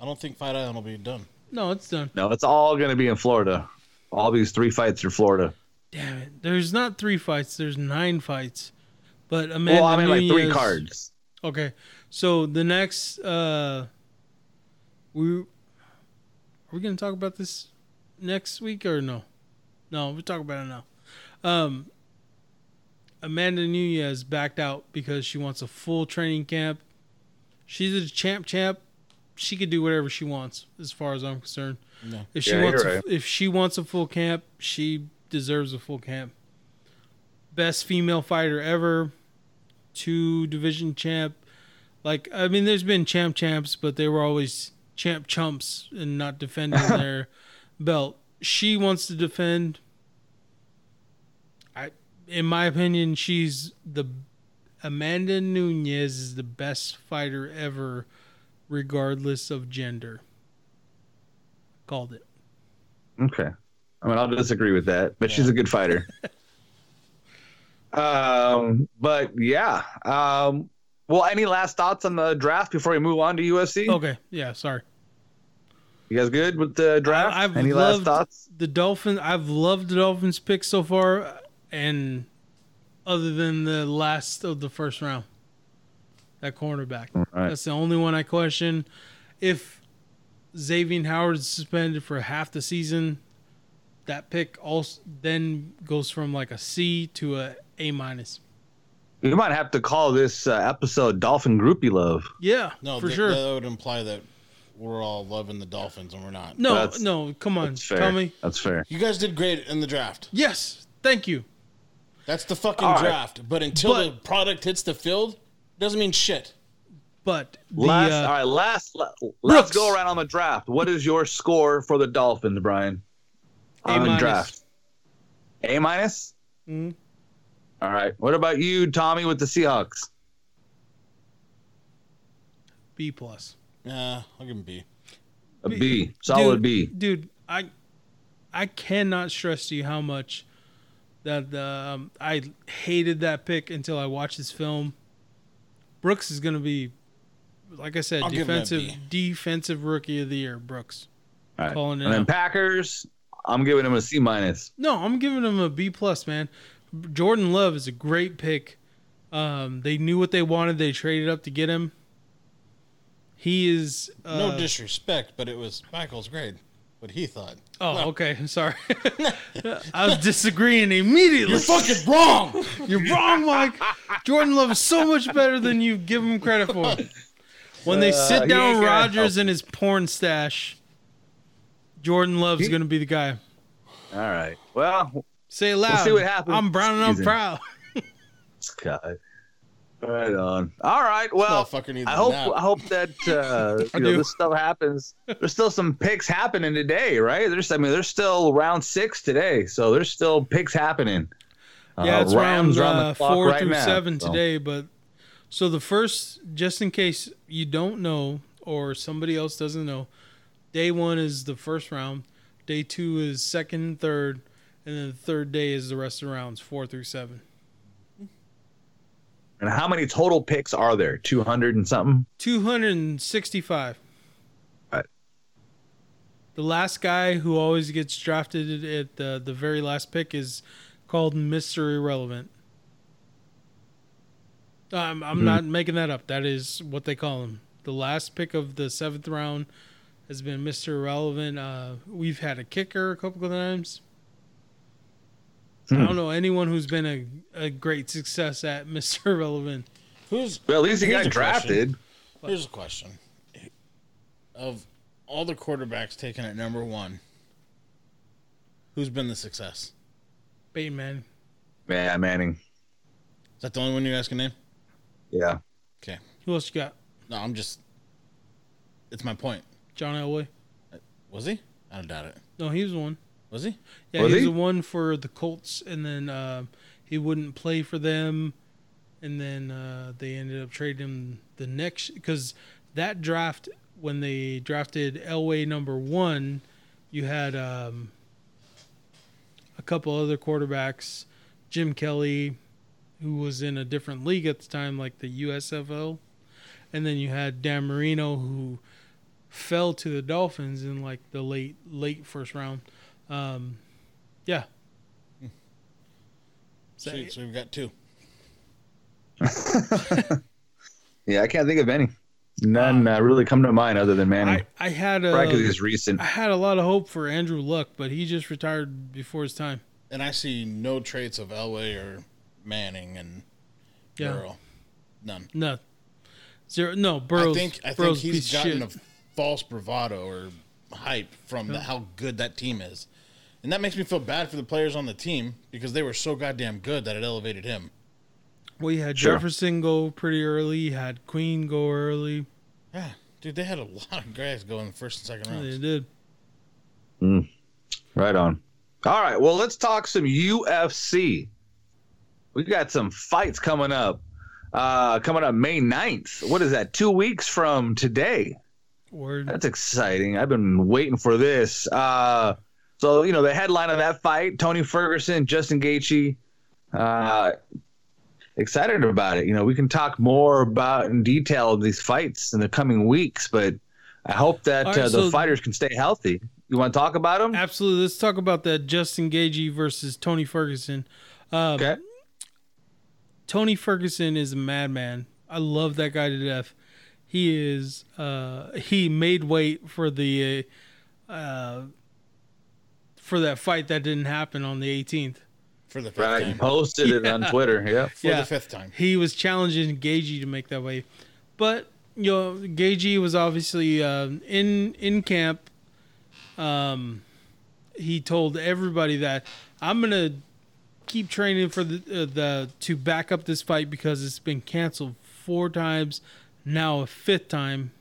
D: I don't think Fight Island will be done.
B: No, it's done.
C: No, it's all going to be in Florida. All these three fights in Florida.
B: Damn it. There's not three fights. There's nine fights. But Amanda
C: Well, I mean, like three
B: Nunez-
C: cards.
B: Okay. So the next uh we are we gonna talk about this next week or no? No, we'll talk about it now. Um Amanda Nunez backed out because she wants a full training camp. She's a champ champ. She could do whatever she wants, as far as I'm concerned.
D: No.
B: If she
C: Yeah,
B: wants
C: you're
B: a,
C: right.
B: if she wants a full camp, she deserves a full camp. Best female fighter ever, two division champ. Like I mean, there's been champ champs, but they were always champ chumps and not defending their belt. She wants to defend. I, in my opinion, she's the Amanda Nunez is the best fighter ever, regardless of gender. Called it.
C: Okay. I mean, I'll disagree with that, but she's a good fighter. um, but yeah. Um, well, any last thoughts on the draft before we move on to UFC?
B: Okay, yeah, sorry.
C: You guys good with the draft?
B: I've
C: any
B: loved
C: last thoughts?
B: the Dolphins. I've loved the Dolphins' pick so far, and other than the last of the first round, that cornerback.
C: right.
B: That's the only one I question. If Xavier Howard's suspended for half the season, that pick also then goes from like a C to a A minus.
C: We might have to call this uh, episode Dolphin Groupie Love.
B: Yeah,
D: No,
B: for
D: th-
B: sure.
D: That would imply that we're all loving the Dolphins and we're not.
B: no,
C: That's-
B: no, come on,
C: That's fair.
B: Tommy.
C: That's fair.
D: You guys did great in the draft.
B: Yes, thank you.
D: That's the fucking
C: All right.
D: draft. But until
B: But-
D: the product hits the field, it doesn't mean shit.
B: But the,
C: last,
B: uh,
C: all right, last, la-
B: Brooks.
C: let's go around on the draft. What is your score for the Dolphins, Brian?
B: A
C: on the
B: minus.
C: draft. A minus?
B: Mhm.
C: All right. What about you, Tommy, with the Seahawks?
B: B plus.
D: Nah, I'll give him B.
C: A B.
B: dude,
C: Solid B.
B: Dude, I I cannot stress to you how much that um, I hated that pick until I watched this film. Brooks is going to be, like I said,
D: I'll give him that
B: defensive defensive rookie of the year. Brooks.
C: All right.
B: Calling it
C: And then
B: out.
C: Packers, I'm giving them a C minus.
B: No, I'm giving him a B plus, man. Jordan Love is a great pick. Um, they knew what they wanted. They traded up to get him. He is uh,
D: No disrespect, but it was Michael's grade. What he thought.
B: Oh, okay. Sorry. I was disagreeing immediately. You're fucking wrong. You're wrong, Mike. Jordan Love is so much better than you give him credit for. When they
C: Uh,
B: sit
C: he ain't
B: down
C: gonna
B: Rogers
C: help.
B: and his porn stash, Jordan Love's
C: He-
B: going to be the guy.
C: All right. Well,
B: Say it loud.
C: see what happens
B: I'm brown and I'm
C: season.
B: proud.
C: God. Right on. All right. Well,
D: Motherfucker needs
C: I
D: a
C: hope
D: nap.
C: I hope that uh, you know
B: do.
C: this stuff happens. There's still some picks happening today, right? There's I mean there's still round six today, so there's still picks happening.
B: Yeah,
C: Uh,
B: it's round,
C: rounds are on the
B: uh,
C: clock
B: four
C: right
B: through
C: now,
B: seven
C: so.
B: today. But so the first, just in case you don't know or somebody else doesn't know, day one is the first round, day two is second, and third, and then the third day is the rest of the rounds four through seven.
C: And how many total picks are there? Two hundred and something.
B: Two hundred and sixty-five.
C: Right.
B: The last guy who always gets drafted at the, the very last pick is called Mr. Irrelevant. I'm, I'm not making that up. That is what they call him. The last pick of the seventh round has been Mr. Irrelevant. Uh, we've had a kicker a couple of times. I don't know anyone who's been a, a great success at Mr. Irrelevant.
D: Who's
C: Well, at least he
D: here's
C: got
D: a question.
C: drafted.
D: Here's a question. Of all the quarterbacks taken at number one, who's been the success?
B: Peyton Manning.
C: Yeah, Manning.
D: Is that the only one you're asking name?
C: Yeah.
D: Okay.
B: Who else you got?
D: No, I'm just. It's my point.
B: John Elway.
D: Was he? I don't doubt it.
B: No, he was one.
D: Was he?
B: Yeah,
C: Was
B: he was
C: he?
B: the one for the Colts, and then uh, he wouldn't play for them, and then uh, they ended up trading him the next because that draft when they drafted Elway number one, you had um, a couple other quarterbacks, Jim Kelly, who was in a different league at the time, like the USFL, and then you had Dan Marino who fell to the Dolphins in like the late late first round. Um, yeah. that
D: Sweet.
B: it?
D: So we've got two.
C: Yeah, I can't think of
D: Um,
C: any. None uh, really come to mind other than Manning.
B: I, I had a
D: uh,
C: Practically is recent.
B: I had a lot of hope for Andrew Luck, but he just retired before his time.
D: And I see no traits of Elway or Manning and
B: Yeah.
D: Burrow. None.
B: No. Zero no, Burrow's,
D: I think I
B: Burrow's
D: think
B: piece
D: he's
B: of
D: gotten
B: shit.
D: a false bravado or hype from the, how good that team is, and that makes me feel bad for the players on the team because they were so goddamn good that it elevated him.
B: well you had
C: Sure.
B: Jefferson go pretty early, you had Queen go early.
D: Yeah, dude, they had a lot of guys go in the first and second
B: They
D: rounds.
B: did.
C: Right on. All right. Well, let's talk some UFC. We got some fights coming up. Uh, coming up May 9th. What is that? Two weeks from today.
B: Word.
C: That's exciting. I've been waiting for this. Uh, so you know the headline of that fight: Tony Ferguson, Justin Gaethje. Uh, excited about it. You know we can talk more about in detail of these fights in the coming weeks, but I hope that
B: All right,
C: uh, the
B: so-
C: fighters can stay healthy. You want to talk about them?
B: Absolutely. Let's talk about that Justin Gagey versus Tony Ferguson.
C: Okay.
B: Tony Ferguson is a madman. I love that guy to death. He is. Uh, he made weight for the uh, for that fight that didn't happen on the 18th.
D: For the fifth
C: Right. Oh, You
D: time.
C: posted it on Twitter. Yeah.
D: For the fifth time.
B: He was challenging Gagey to make that way, but you know Gagey was obviously um, in in camp. Um, he told everybody that I'm gonna keep training for the uh, the to back up this fight because it's been canceled four times, now a fifth time,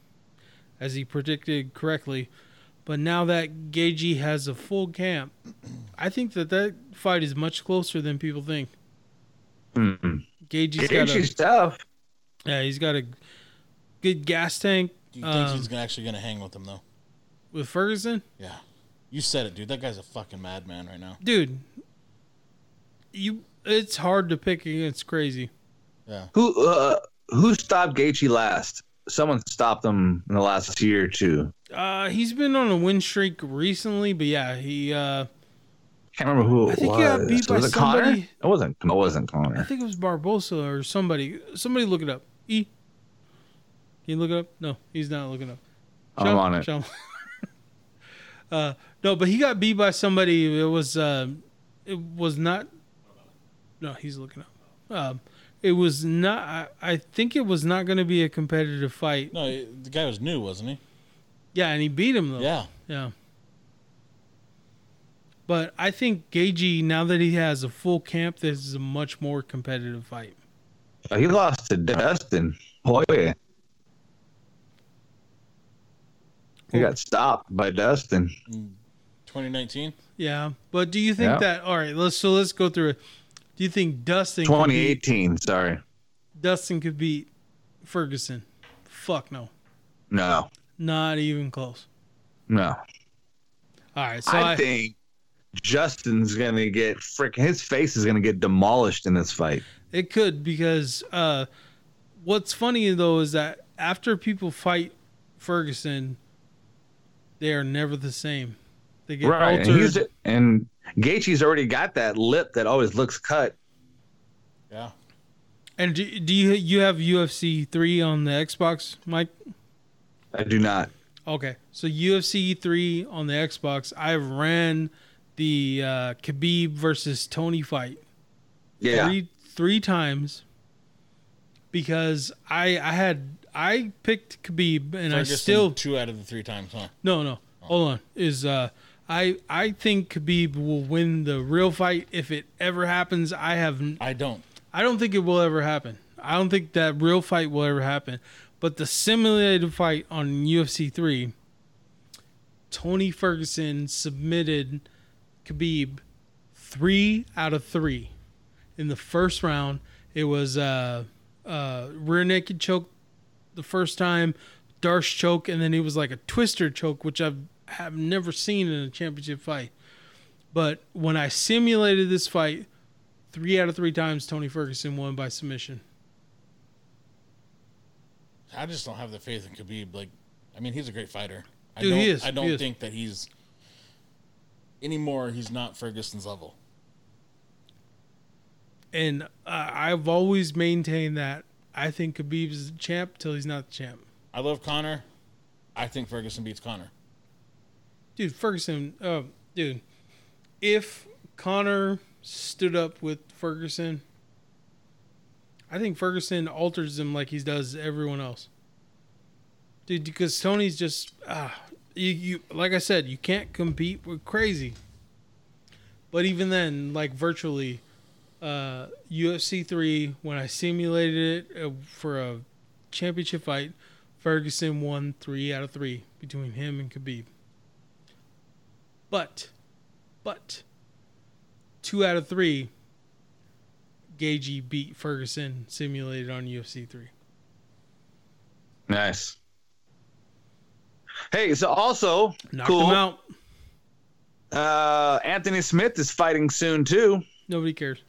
B: as he predicted correctly. But now that Gagey has a full camp, I think that that fight is much closer than people think. Gagey's got a
C: Gaethje's tough.
B: yeah, he's got a good gas tank
D: Do you think he's gonna, actually going to hang with him though?
B: with Ferguson,
D: Yeah. You said it, dude. That guy's a fucking madman right now.
B: dude. You, it's hard to pick against crazy.
C: Who uh, who stopped Gaethje last? Someone stopped him in the last year or two.
B: Uh, he's been on a win streak recently, but yeah, he. Uh,
C: can't remember who it
B: I think
C: was.
B: he got beat by
C: was it Connor?
B: somebody.
C: It wasn't. It
B: I
C: wasn't Connor.
B: think it was Barbosa or somebody. Somebody look it up. E. Can you look it up? No, he's not looking up.
C: I'm
B: Shum-
C: on it.
B: Shum. uh, no, but he got beat by somebody. It was uh, it was not. No, he's looking up. Um, it was not. I, I think it was not going to be a competitive fight.
D: No, it- the guy was new, wasn't he?
B: Yeah, and he beat him though.
D: Yeah.
B: Yeah. But I think Gagey, now that he has a full camp, this is a much more competitive fight.
C: He lost to Dustin Poirier. He got stopped by Dustin.
D: 2019?
B: Yeah, but do you think
C: Yeah.
B: that? All right, let's so let's go through it. Do you think Dustin could beat-
C: 2018. Sorry,
B: Dustin could beat Ferguson? Fuck no,
C: no,
B: not even close.
C: no.
B: All right, so I,
C: I think Justin's gonna get frick. His face is gonna get demolished in this fight.
B: it could because uh, what's funny though is that after people fight Ferguson, they are never the same. They get
C: Right, and,
B: altered.
C: he's, and Gaethje's already got that lip that always looks cut.
D: Yeah.
B: and do, do you you have UFC three on the Xbox, Mike?
C: I do not.
B: Okay, so UFC three on the Xbox. I ran the uh, Khabib versus Tony fight
C: Yeah,
B: three three times because I I had I picked Khabib and I
D: Ferguson
B: still
D: two out of the three times, huh?
B: no no hold on is uh I I think Khabib will win the real fight if it ever happens. I have n-
D: I don't.
B: I don't think it will ever happen. I don't think that real fight will ever happen. But the simulated fight on UFC 3, Tony Ferguson submitted Khabib three out of three in the first round. It was uh, uh, rear naked choke the first time, Darsh choke, and then he was like a twister choke, which I've have never seen in a championship fight. But when I simulated this fight, three out of three times Tony Ferguson won by submission.
D: I just don't have the faith in Khabib. Like, I mean, he's a great fighter. I
B: Dude,
D: don't,
B: he is.
D: I don't
B: He is.
D: think that he's anymore. He's not Ferguson's level.
B: And uh, I've always maintained that I think Khabib is the champ till he's not the champ.
D: I love Connor. I think Ferguson beats Connor.
B: Dude, Ferguson, uh, dude, if Connor stood up with Ferguson, I think Ferguson alters him like he does everyone else. Dude, because Tony's just, uh, you, you, like I said, you can't compete with crazy. But even then, like virtually, uh, UFC 3, when I simulated it uh, for a championship fight, Ferguson won three out of three between him and Khabib. But, but, two out of three, Gagey beat Ferguson simulated on UFC 3.
C: Nice. Hey, so also
B: Knocked
C: cool.
B: him out.
C: Uh, Anthony Smith is fighting soon too.
B: Nobody cares.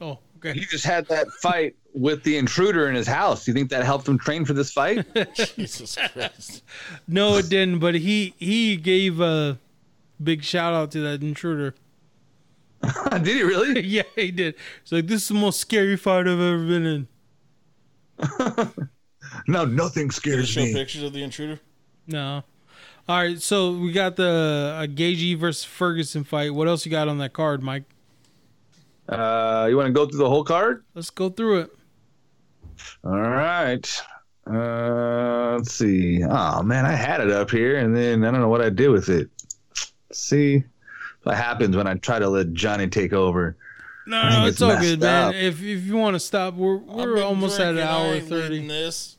B: Oh, okay.
C: He just had that fight with the intruder in his house. Do you think that helped him train for this fight?
D: Jesus Christ.
B: No, it didn't, but he, he gave a big shout out to that intruder.
C: Did he really?
B: yeah, he did. It's like this is the most scary fight I've ever been in.
C: No, nothing
D: Did you
C: scares
D: show
C: me.
D: pictures of the intruder?
B: No. All right, so we got the uh, Gagey versus Ferguson fight. What else you got on that card, Mike?
C: Uh, you want to go through the whole card?
B: Let's go through it.
C: All right. Uh, let's see. Oh man, I had it up here, and then I don't know what I did with it. See what happens when I try to let Johnny take over.
B: No, no,
C: think
B: it's
C: it's
B: all
C: messed
B: good, man.
C: up.
B: If if you want to stop, we're
D: I've
B: we're
D: been
B: almost at an
D: drinking, I
B: hour
D: ain't reading
B: thirty.
D: This.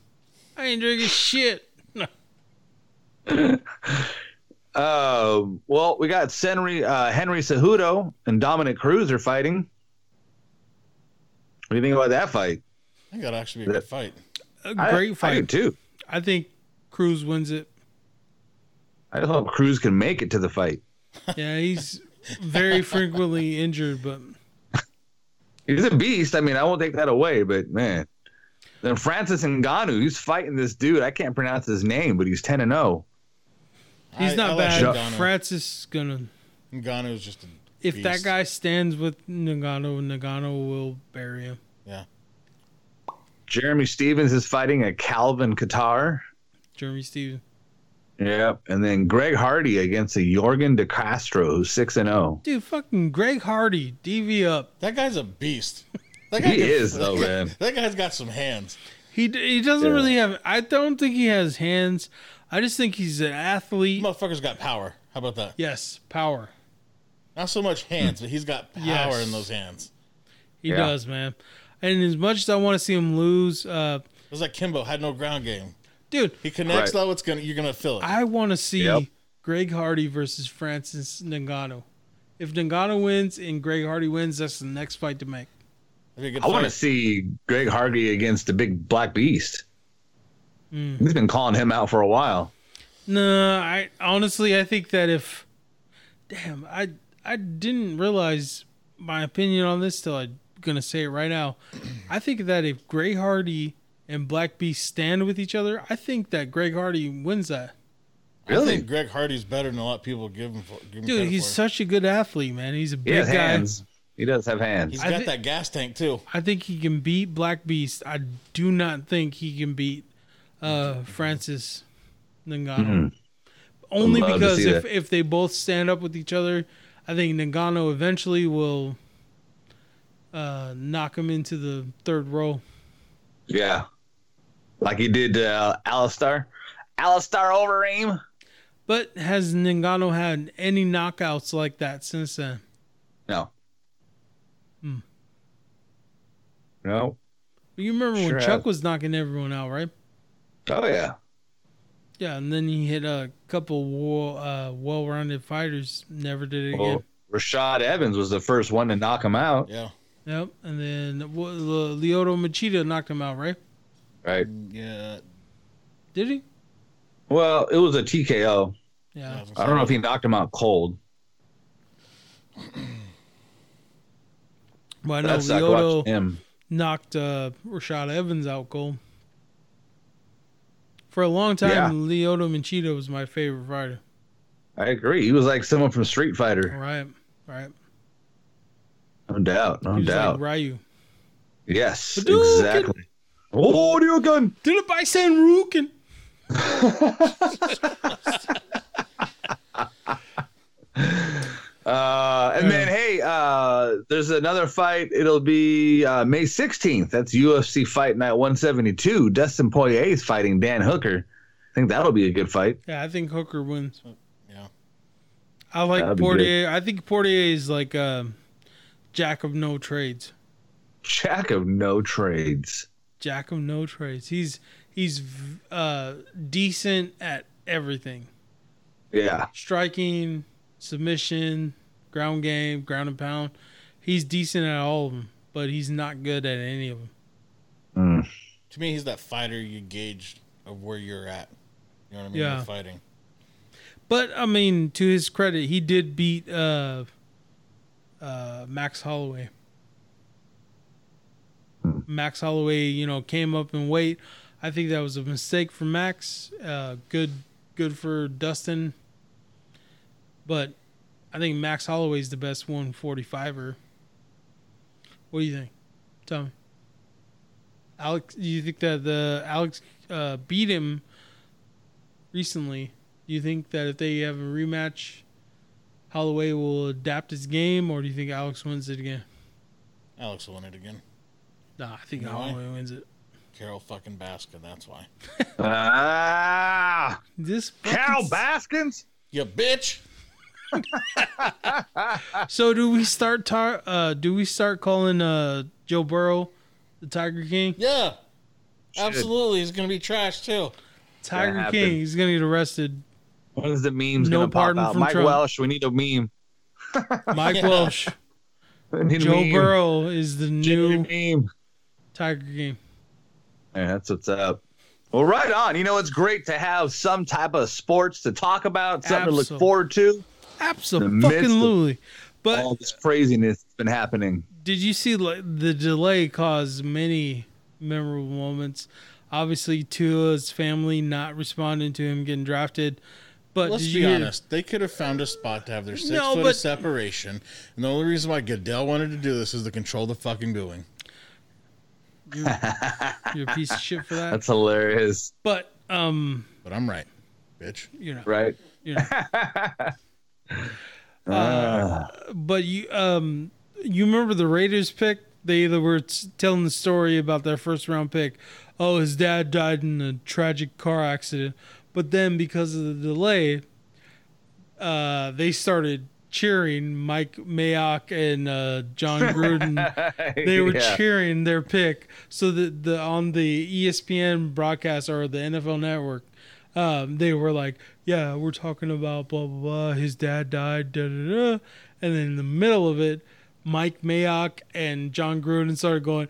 B: I ain't drinking shit.
C: Uh, well, we got Henry uh, Henry Cejudo and Dominic Cruz are fighting. What do you think about that fight?
D: I think that'd actually be a good fight.
B: A great
C: I- I do
B: fight.
C: too.
B: I, think Cruz wins it.
C: I just hope Cruz can make it to the fight.
B: Yeah, he's very frequently injured, but
C: He's a beast. I mean, I won't take that away, but man. Then Francis Ngannou, he's fighting this dude. I can't pronounce his name, but he's 10 and oh. 0.
B: he's
D: I-
B: not
D: I
B: bad.
D: Like Ngannou.
B: Francis is gonna.
D: Ngannou's just a
B: If that
D: beast.
B: guy stands with Nagano, Nagano will bury him.
D: Yeah.
C: Jeremy Stevens is fighting a Calvin Qatar.
B: Jeremy Stevens.
C: Yep. And then Greg Hardy against a Jorgen De Castro, who's 6 and oh. 0.
B: Dude, fucking Greg Hardy, DV up.
D: That guy's a beast. That
C: He
D: can-
C: is, though,
D: that guy-
C: man.
D: That guy's got some hands.
B: He d- he doesn't really have. I don't think he has hands. I just think he's an athlete.
D: Motherfucker's got power. How about that?
B: Yes, power.
D: Not so much hands, but he's got power
B: Yes.
D: in those hands.
B: He
C: Yeah.
B: does, man. And as much as I want to see him lose, uh,
D: It was like Kimbo had no ground game.
B: dude,
D: He connects
C: Right.
D: though, it's gonna you're gonna feel it.
B: I want to see
C: Yep.
B: Greg Hardy versus Francis Ngannou. If Ngannou wins and Greg Hardy wins, that's the next fight to make.
D: That'd be a good
C: I want to
D: fight.
C: see Greg Hardy against the big black beast.
B: Hmm.
C: He's been calling him out for a while.
B: No, I honestly I think that if damn, I I didn't realize my opinion on this till I'm gonna say it right now. I think that if Greg Hardy and Black Beast stand with each other, I think that Greg Hardy wins that.
D: I
C: Really?
D: think Greg Hardy's better than a lot of people give him. For, give him
B: Dude,
D: credit
B: he's
D: for.
B: such a good athlete, man. He's a
C: He
B: big
C: has
B: guy.
C: hands. He does have hands.
D: He's
B: I
D: got
B: thi-
D: that gas tank too.
B: I think he can beat Black Beast. I do not think he can beat uh, Francis Ngannou. Only
C: Hmm. I'd love to
B: because
C: see
B: if,
C: that.
B: if they both stand up with each other, I think Ngannou eventually will uh, knock him into the third row.
C: Yeah. Like he did uh, Alistar. Alistar Overeem.
B: But has Ngannou had any knockouts like that since then?
C: No.
B: Hmm.
C: No.
B: You remember
C: Sure
B: when Chuck
C: has.
B: was knocking everyone out, right?
C: Oh yeah.
B: Yeah, and then he hit a couple well, uh, well-rounded fighters. Never did it again.
C: Well, Rashad Evans was the first one to knock him out.
D: Yeah.
B: Yep. And then well, Le- Lyoto Machida knocked him out, right?
C: Right.
D: Yeah.
B: Did he?
C: Well, it was a TKO.
B: Yeah.
C: I don't know if he knocked him out cold.
B: But I know
C: That's I watched
B: Lyoto
C: him.
B: knocked uh, Rashad Evans out cold. For a long time,
C: Yeah.
B: Lyoto Machida was my favorite fighter.
C: I agree. He was like someone from Street Fighter.
B: Right. Right.
C: No doubt. No
B: He was
C: doubt.
B: like Ryu.
C: Yes.
B: Hadouken!
C: Exactly. Oh, Hadouken!
B: Did it by San Rukin.
C: Uh, and then, hey, uh, there's another fight. It'll be uh, May 16th. That's UFC Fight Night 172. Dustin Poirier's fighting Dan Hooker. I think that'll be a good fight.
B: Yeah, I think Hooker wins.
D: Yeah.
B: I like
C: That'd be
B: Portier. I think Portier is like um jack of no trades.
C: Jack of no trades.
B: Jack of no trades. He's he's v- uh, decent at everything:
C: Yeah.
B: striking, submission, ground game, ground and pound. He's decent at all of them, but he's not good at any of them.
D: To me, he's that fighter you gauge of where you're at. You know what I mean?
B: Yeah.
D: You're fighting.
B: But I mean, to his credit, he did beat uh, uh, Max Holloway. Max Holloway, you know, came up in weight. I think that was a mistake for Max. Uh, good, good for Dustin. But I think Max Holloway's the best 145er. What do you think? Tell me. Alex, you think that the Alex uh, beat him recently? Do you think that if they have a rematch, Holloway will adapt his game, or do you think Alex wins it again?
D: Alex will win it again.
B: Nah, I think
D: No way.
B: Holloway wins it.
D: Carol fucking Baskin, that's why.
C: Ah,
B: This fucking
C: Cal
B: s-
C: Baskins?
D: You bitch!
B: So do we start tar- uh do we start calling uh Joe Burrow the Tiger King?
D: Yeah. Absolutely. He's going to be trash, too.
B: Tiger
C: happened.
B: King, he's gonna get arrested.
C: When's the memes
B: No
C: going to pop
B: pardon
C: out?
B: from
C: Mike
B: Trump.
C: Welsh, we need a meme.
B: Mike Welsh,
C: We need a
B: Joe
C: meme.
B: Burrow is the
C: We
B: new
C: need a meme.
B: Tiger King.
C: Yeah, that's what's up. Well, right on. You know, it's great to have some type of sports to talk about, something to
B: Absol-
C: look forward to.
B: Absolutely. But
C: All this craziness that's been happening.
B: did you see like the delay caused many memorable moments? Obviously, Tua's family not responding to him getting drafted. But
D: Let's
B: did
D: be
B: you hear-
D: honest. They could have found a spot to have their six
B: No,
D: foot
B: but-
D: of separation. And the only reason why Goodell wanted to do this is to control the fucking booing.
B: you're a piece of shit for that.
C: That's hilarious,
B: but um,
D: But I'm right, bitch.
B: you know,
C: right?
B: you know. Uh, but you um, you remember the Raiders pick? They either were t- telling the story about their first round pick. Oh, his dad died in a tragic car accident. But then because of the delay, uh, they started cheering Mike Mayock and uh, John Gruden. they were
C: Yeah.
B: cheering their pick. So that the on the E ESPN broadcast or the NFL Network, um, they were like, "Yeah, we're talking about blah blah blah. His dad died, da da da." And then in the middle of it, Mike Mayock and John Gruden started going,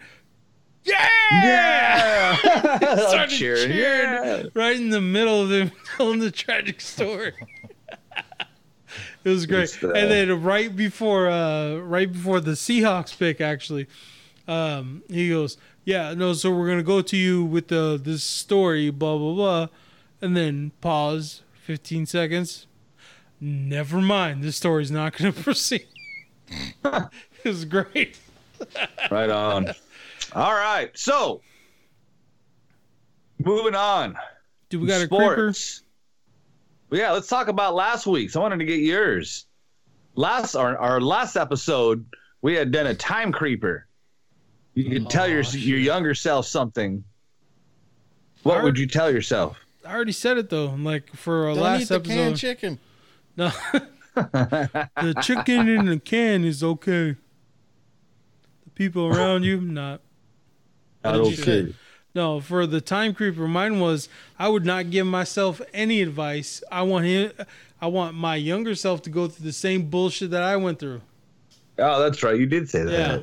C: Yeah,
B: started
C: cheering. Yeah.
B: right in the middle of them telling the tragic story. it was great.
C: It's, uh,
B: and then right before uh right before the Seahawks pick actually, um, he goes, Yeah, no, so we're gonna go to you with the this story, blah blah blah and then pause fifteen seconds. Never mind, this story's not gonna proceed. it was great.
C: Right on. All right. So, moving on.
B: Do we got a creeper?
C: sports. Yeah, let's talk about last week's. I wanted to get yours. Last our, our last episode, we had done a time creeper.
B: Oh,
C: You could tell your your younger self something. What
B: Our-
C: would you tell yourself?
B: I already said it though. I'm like for our
D: Don't
B: last
D: eat the canned
B: episode,
D: chicken.
B: no, the chicken in the can is okay. The people around you, not.
C: Not
B: did you say? No, for the time creeper, mine was I would not give myself any advice. I want him, I want my younger self to go through the same bullshit that I went through.
C: Oh, that's right. You did say that.
B: Yeah,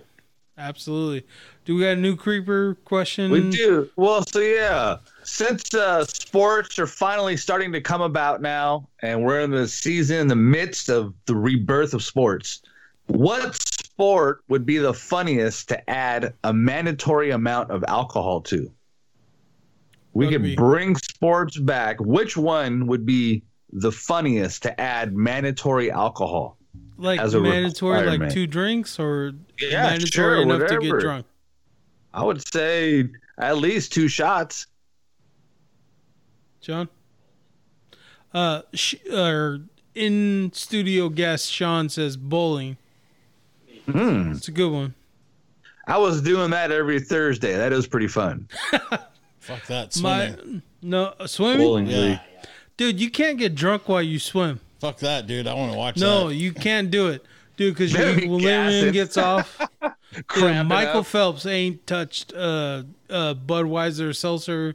B: absolutely. Do we got a new creeper question?
C: We do. Well, so yeah, since uh, sports are finally starting to come about now, and we're in the season in the midst of the rebirth of sports, what sport would be the funniest to add a mandatory amount of alcohol to? We could
B: Rugby.
C: bring sports back. Which one would be the funniest to add mandatory alcohol?
B: like
C: as a
B: mandatory, like
C: requirement.
B: two drinks, or
C: Yeah,
B: mandatory
C: sure,
B: enough to
C: whatever.
B: get drunk.
C: I would say at least two shots.
B: John. Uh, sh- or in studio guest Sean says bowling.
C: Hmm.
B: It's a good one.
C: I was doing that every Thursday. That is pretty fun.
D: Fuck that.
B: My
D: Swimming.
B: no uh, swimming,
C: Bowling
D: yeah.
C: league.
B: dude. You can't get drunk while you swim.
D: Fuck that, dude. I want to watch
B: No,
D: that.
B: you can't do it, dude. Because your
C: That'd be
B: limb
C: gassing.
B: gets off.
C: Cramping
B: Dude, Michael
C: up.
B: Phelps ain't touched uh, uh, Budweiser seltzer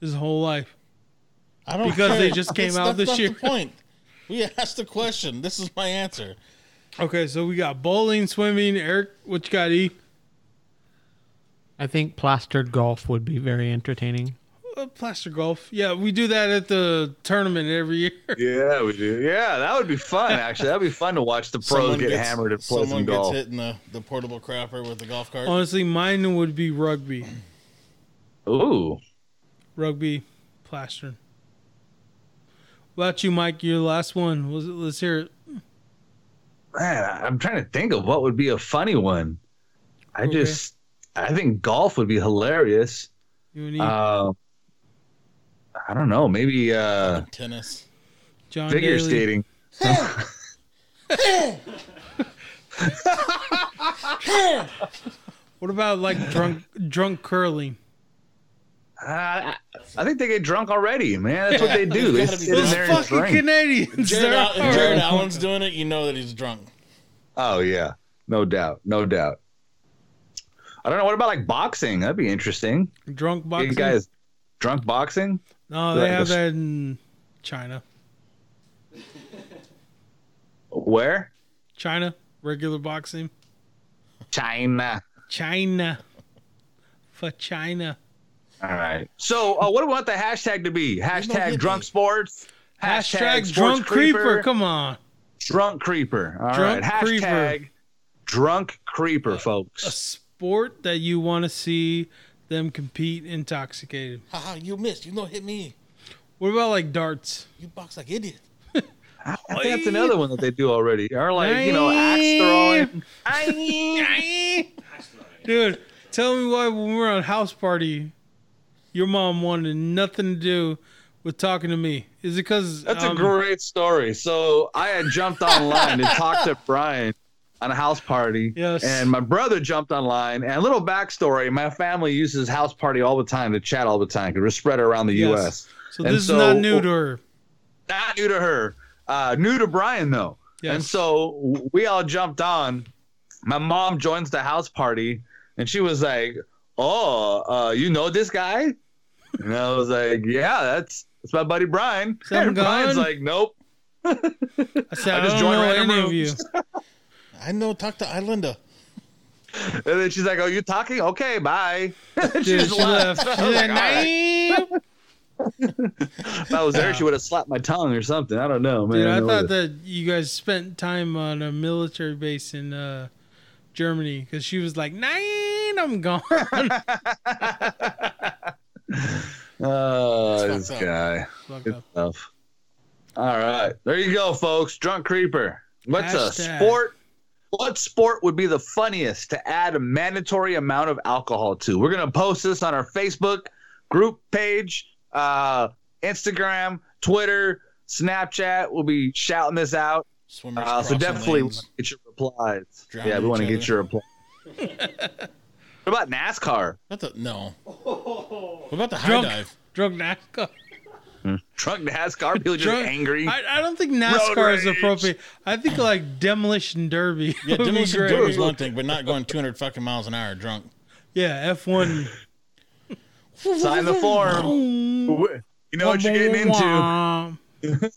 B: his whole life.
D: I don't
B: because they
D: care.
B: just came
D: That's-
B: out this
D: that's not the
B: year.
D: point. We asked the question. This is my answer.
B: Okay, so we got bowling, swimming. Eric, what you got? E
H: I think plastered golf would be very entertaining.
B: uh, plaster golf. Yeah, we do that at the tournament every year.
C: Yeah, we do. Yeah, that would be fun. Actually, that'd be fun to watch the pros get hammered and play
D: someone
C: some
D: gets
C: golf.
D: hit in the, the portable crapper with the golf cart.
B: Honestly, mine would be rugby.
C: Ooh,
B: Rugby, plaster. What about you, Mike? Your last one. Was it, let's hear it.
C: man, I- I'm trying to think of what would be a funny one. I just, I think golf would be hilarious.
B: You and E,
C: Uh, I don't know, maybe uh,
D: Tennis.
B: John
C: figure
B: Daly.
C: skating.
B: What about like drunk drunk curling?
C: Uh, I I think they get drunk already, man. That's what they do. They
D: It's gotta be
C: sit in
D: drunk.
C: there and
B: Fucking
C: drink.
B: Canadians.
D: Jared,
B: they're
D: Al-
B: all
D: if Jared
B: right.
D: Allen's doing it, you know that he's drunk.
C: Oh yeah, no doubt, no doubt. I don't know. What about like boxing? That'd be interesting.
B: drunk boxing.
C: You guys, drunk boxing?
B: no, they
C: Yeah,
B: have
C: that's-
B: that in China.
C: Where?
B: China, regular boxing.
C: China.
B: China. For China.
C: All right. So, uh, what do we want the hashtag to be? Hashtag drunk sports.
B: Hashtag,
C: sports
B: drunk creeper. Come on.
C: Drunk creeper. All right.
B: Drunk creeper.
C: Hashtag drunk creeper, folks.
B: Sport that you want to see them compete intoxicated.
D: Haha, you missed. You know, hit me.
B: What about like darts?
D: You box like idiot.
C: I think that's another one that they do already. Or like you know axe throwing.
B: Dude, tell me why when we were on house party, your mom wanted nothing to do with talking to me. Is it um, because
C: That's a great story. So I had jumped online to talk to Brian on a house party.
B: Yes.
C: And my brother jumped online. And a little backstory my family uses house party all the time to chat all the time because we're spread around the
B: Yes.
C: U.S.
B: So
C: And
B: this
C: so-
B: is not new to her.
C: Not new to her, uh, new to Brian, though.
B: Yes.
C: And so w- we all jumped on. My mom joins the house party and she was like, Oh, uh, you know this guy? And I was like, Yeah, that's, that's my buddy Brian.
B: Some
C: And Brian's
B: gun?
C: like, Nope.
B: I said, I,
C: I just
B: don't
C: joined
B: know
C: random
B: any of you.
C: rooms.
D: I know. Talk to Islander.
C: And then she's like, "Oh, you talking? Okay, bye." she
B: Dude,
C: just
B: she
C: left.
B: left. She
C: I was
B: said,
C: like, "All right."
B: "Nah."
C: If I was there, she would have slapped my tongue or something. I don't know, man.
B: Dude, I
C: That
B: thought
C: was-
B: that you guys spent time on a military base in uh, Germany because she was like, "Nine, I'm gone."
C: Oh, this
D: That's fucked up.
C: guy.
B: Fuck
C: Good
B: up.
C: stuff. All right, there you go, folks. Drunk creeper. What's
B: Hashtag.
C: a sport? What sport would be the funniest to add a mandatory amount of alcohol to? We're gonna post this on our Facebook group page, uh, Instagram, Twitter, Snapchat. We'll be shouting this out.
D: Swimmers.
C: Uh, so
D: crossing
C: definitely
D: lanes.
C: wanna get your replies.
D: Drown
C: yeah, we want to
D: each
C: get
D: other.
C: your replies. what about NASCAR?
D: What the? No. What about the high
B: Drunk.
D: dive?
B: Drunk NASCAR.
C: Drunk NASCAR people just
B: Drunk-
C: angry.
B: I, I don't think NASCAR is
C: rage.
B: appropriate. I think like demolition derby.
D: Yeah,
B: would be
D: demolition
B: great.
D: derby is one thing, but not going 200 fucking miles an hour drunk.
B: Yeah, F one.
C: Sign the form. You know what you're getting into?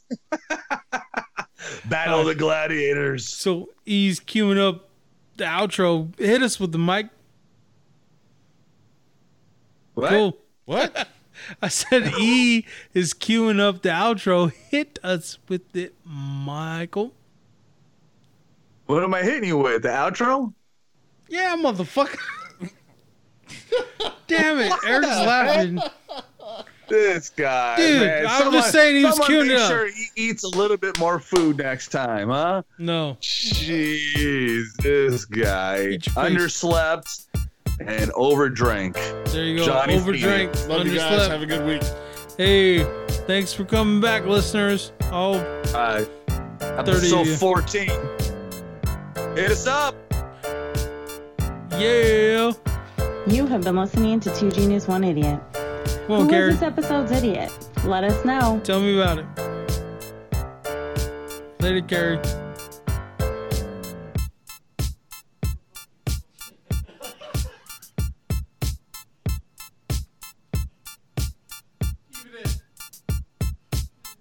C: Battle of the gladiators.
B: So he's queuing up the outro. Hit us with the mic.
C: What?
B: Cool.
D: What?
B: I said E is queuing up the outro. Hit us with it, Michael.
C: What am I hitting you with? The outro?
B: Yeah, motherfucker. Damn it, Eric's laughing.
C: This guy,
B: Dude,
C: man.
B: I'm just saying he was
C: someone
B: queuing
C: make
B: it up.
C: sure he eats a little bit more food next time, huh?
B: No.
C: Jeez, this guy
B: Eat your face.
C: underslept and overdrank.
B: There you go.
C: Johnny
B: Overdrank.
D: Love you guys.
B: underslept.
D: Have a good week.
B: Hey, thanks for coming back, listeners. Oh,
C: Uh, episode
B: 30.
C: 14. Hit us up.
B: yeah.
A: You have been listening to Two Genius, One Idiot.
B: Come on,
A: Who
B: Gary.
A: was this episode's idiot? Let us know.
B: Tell me about it. Later, Gary.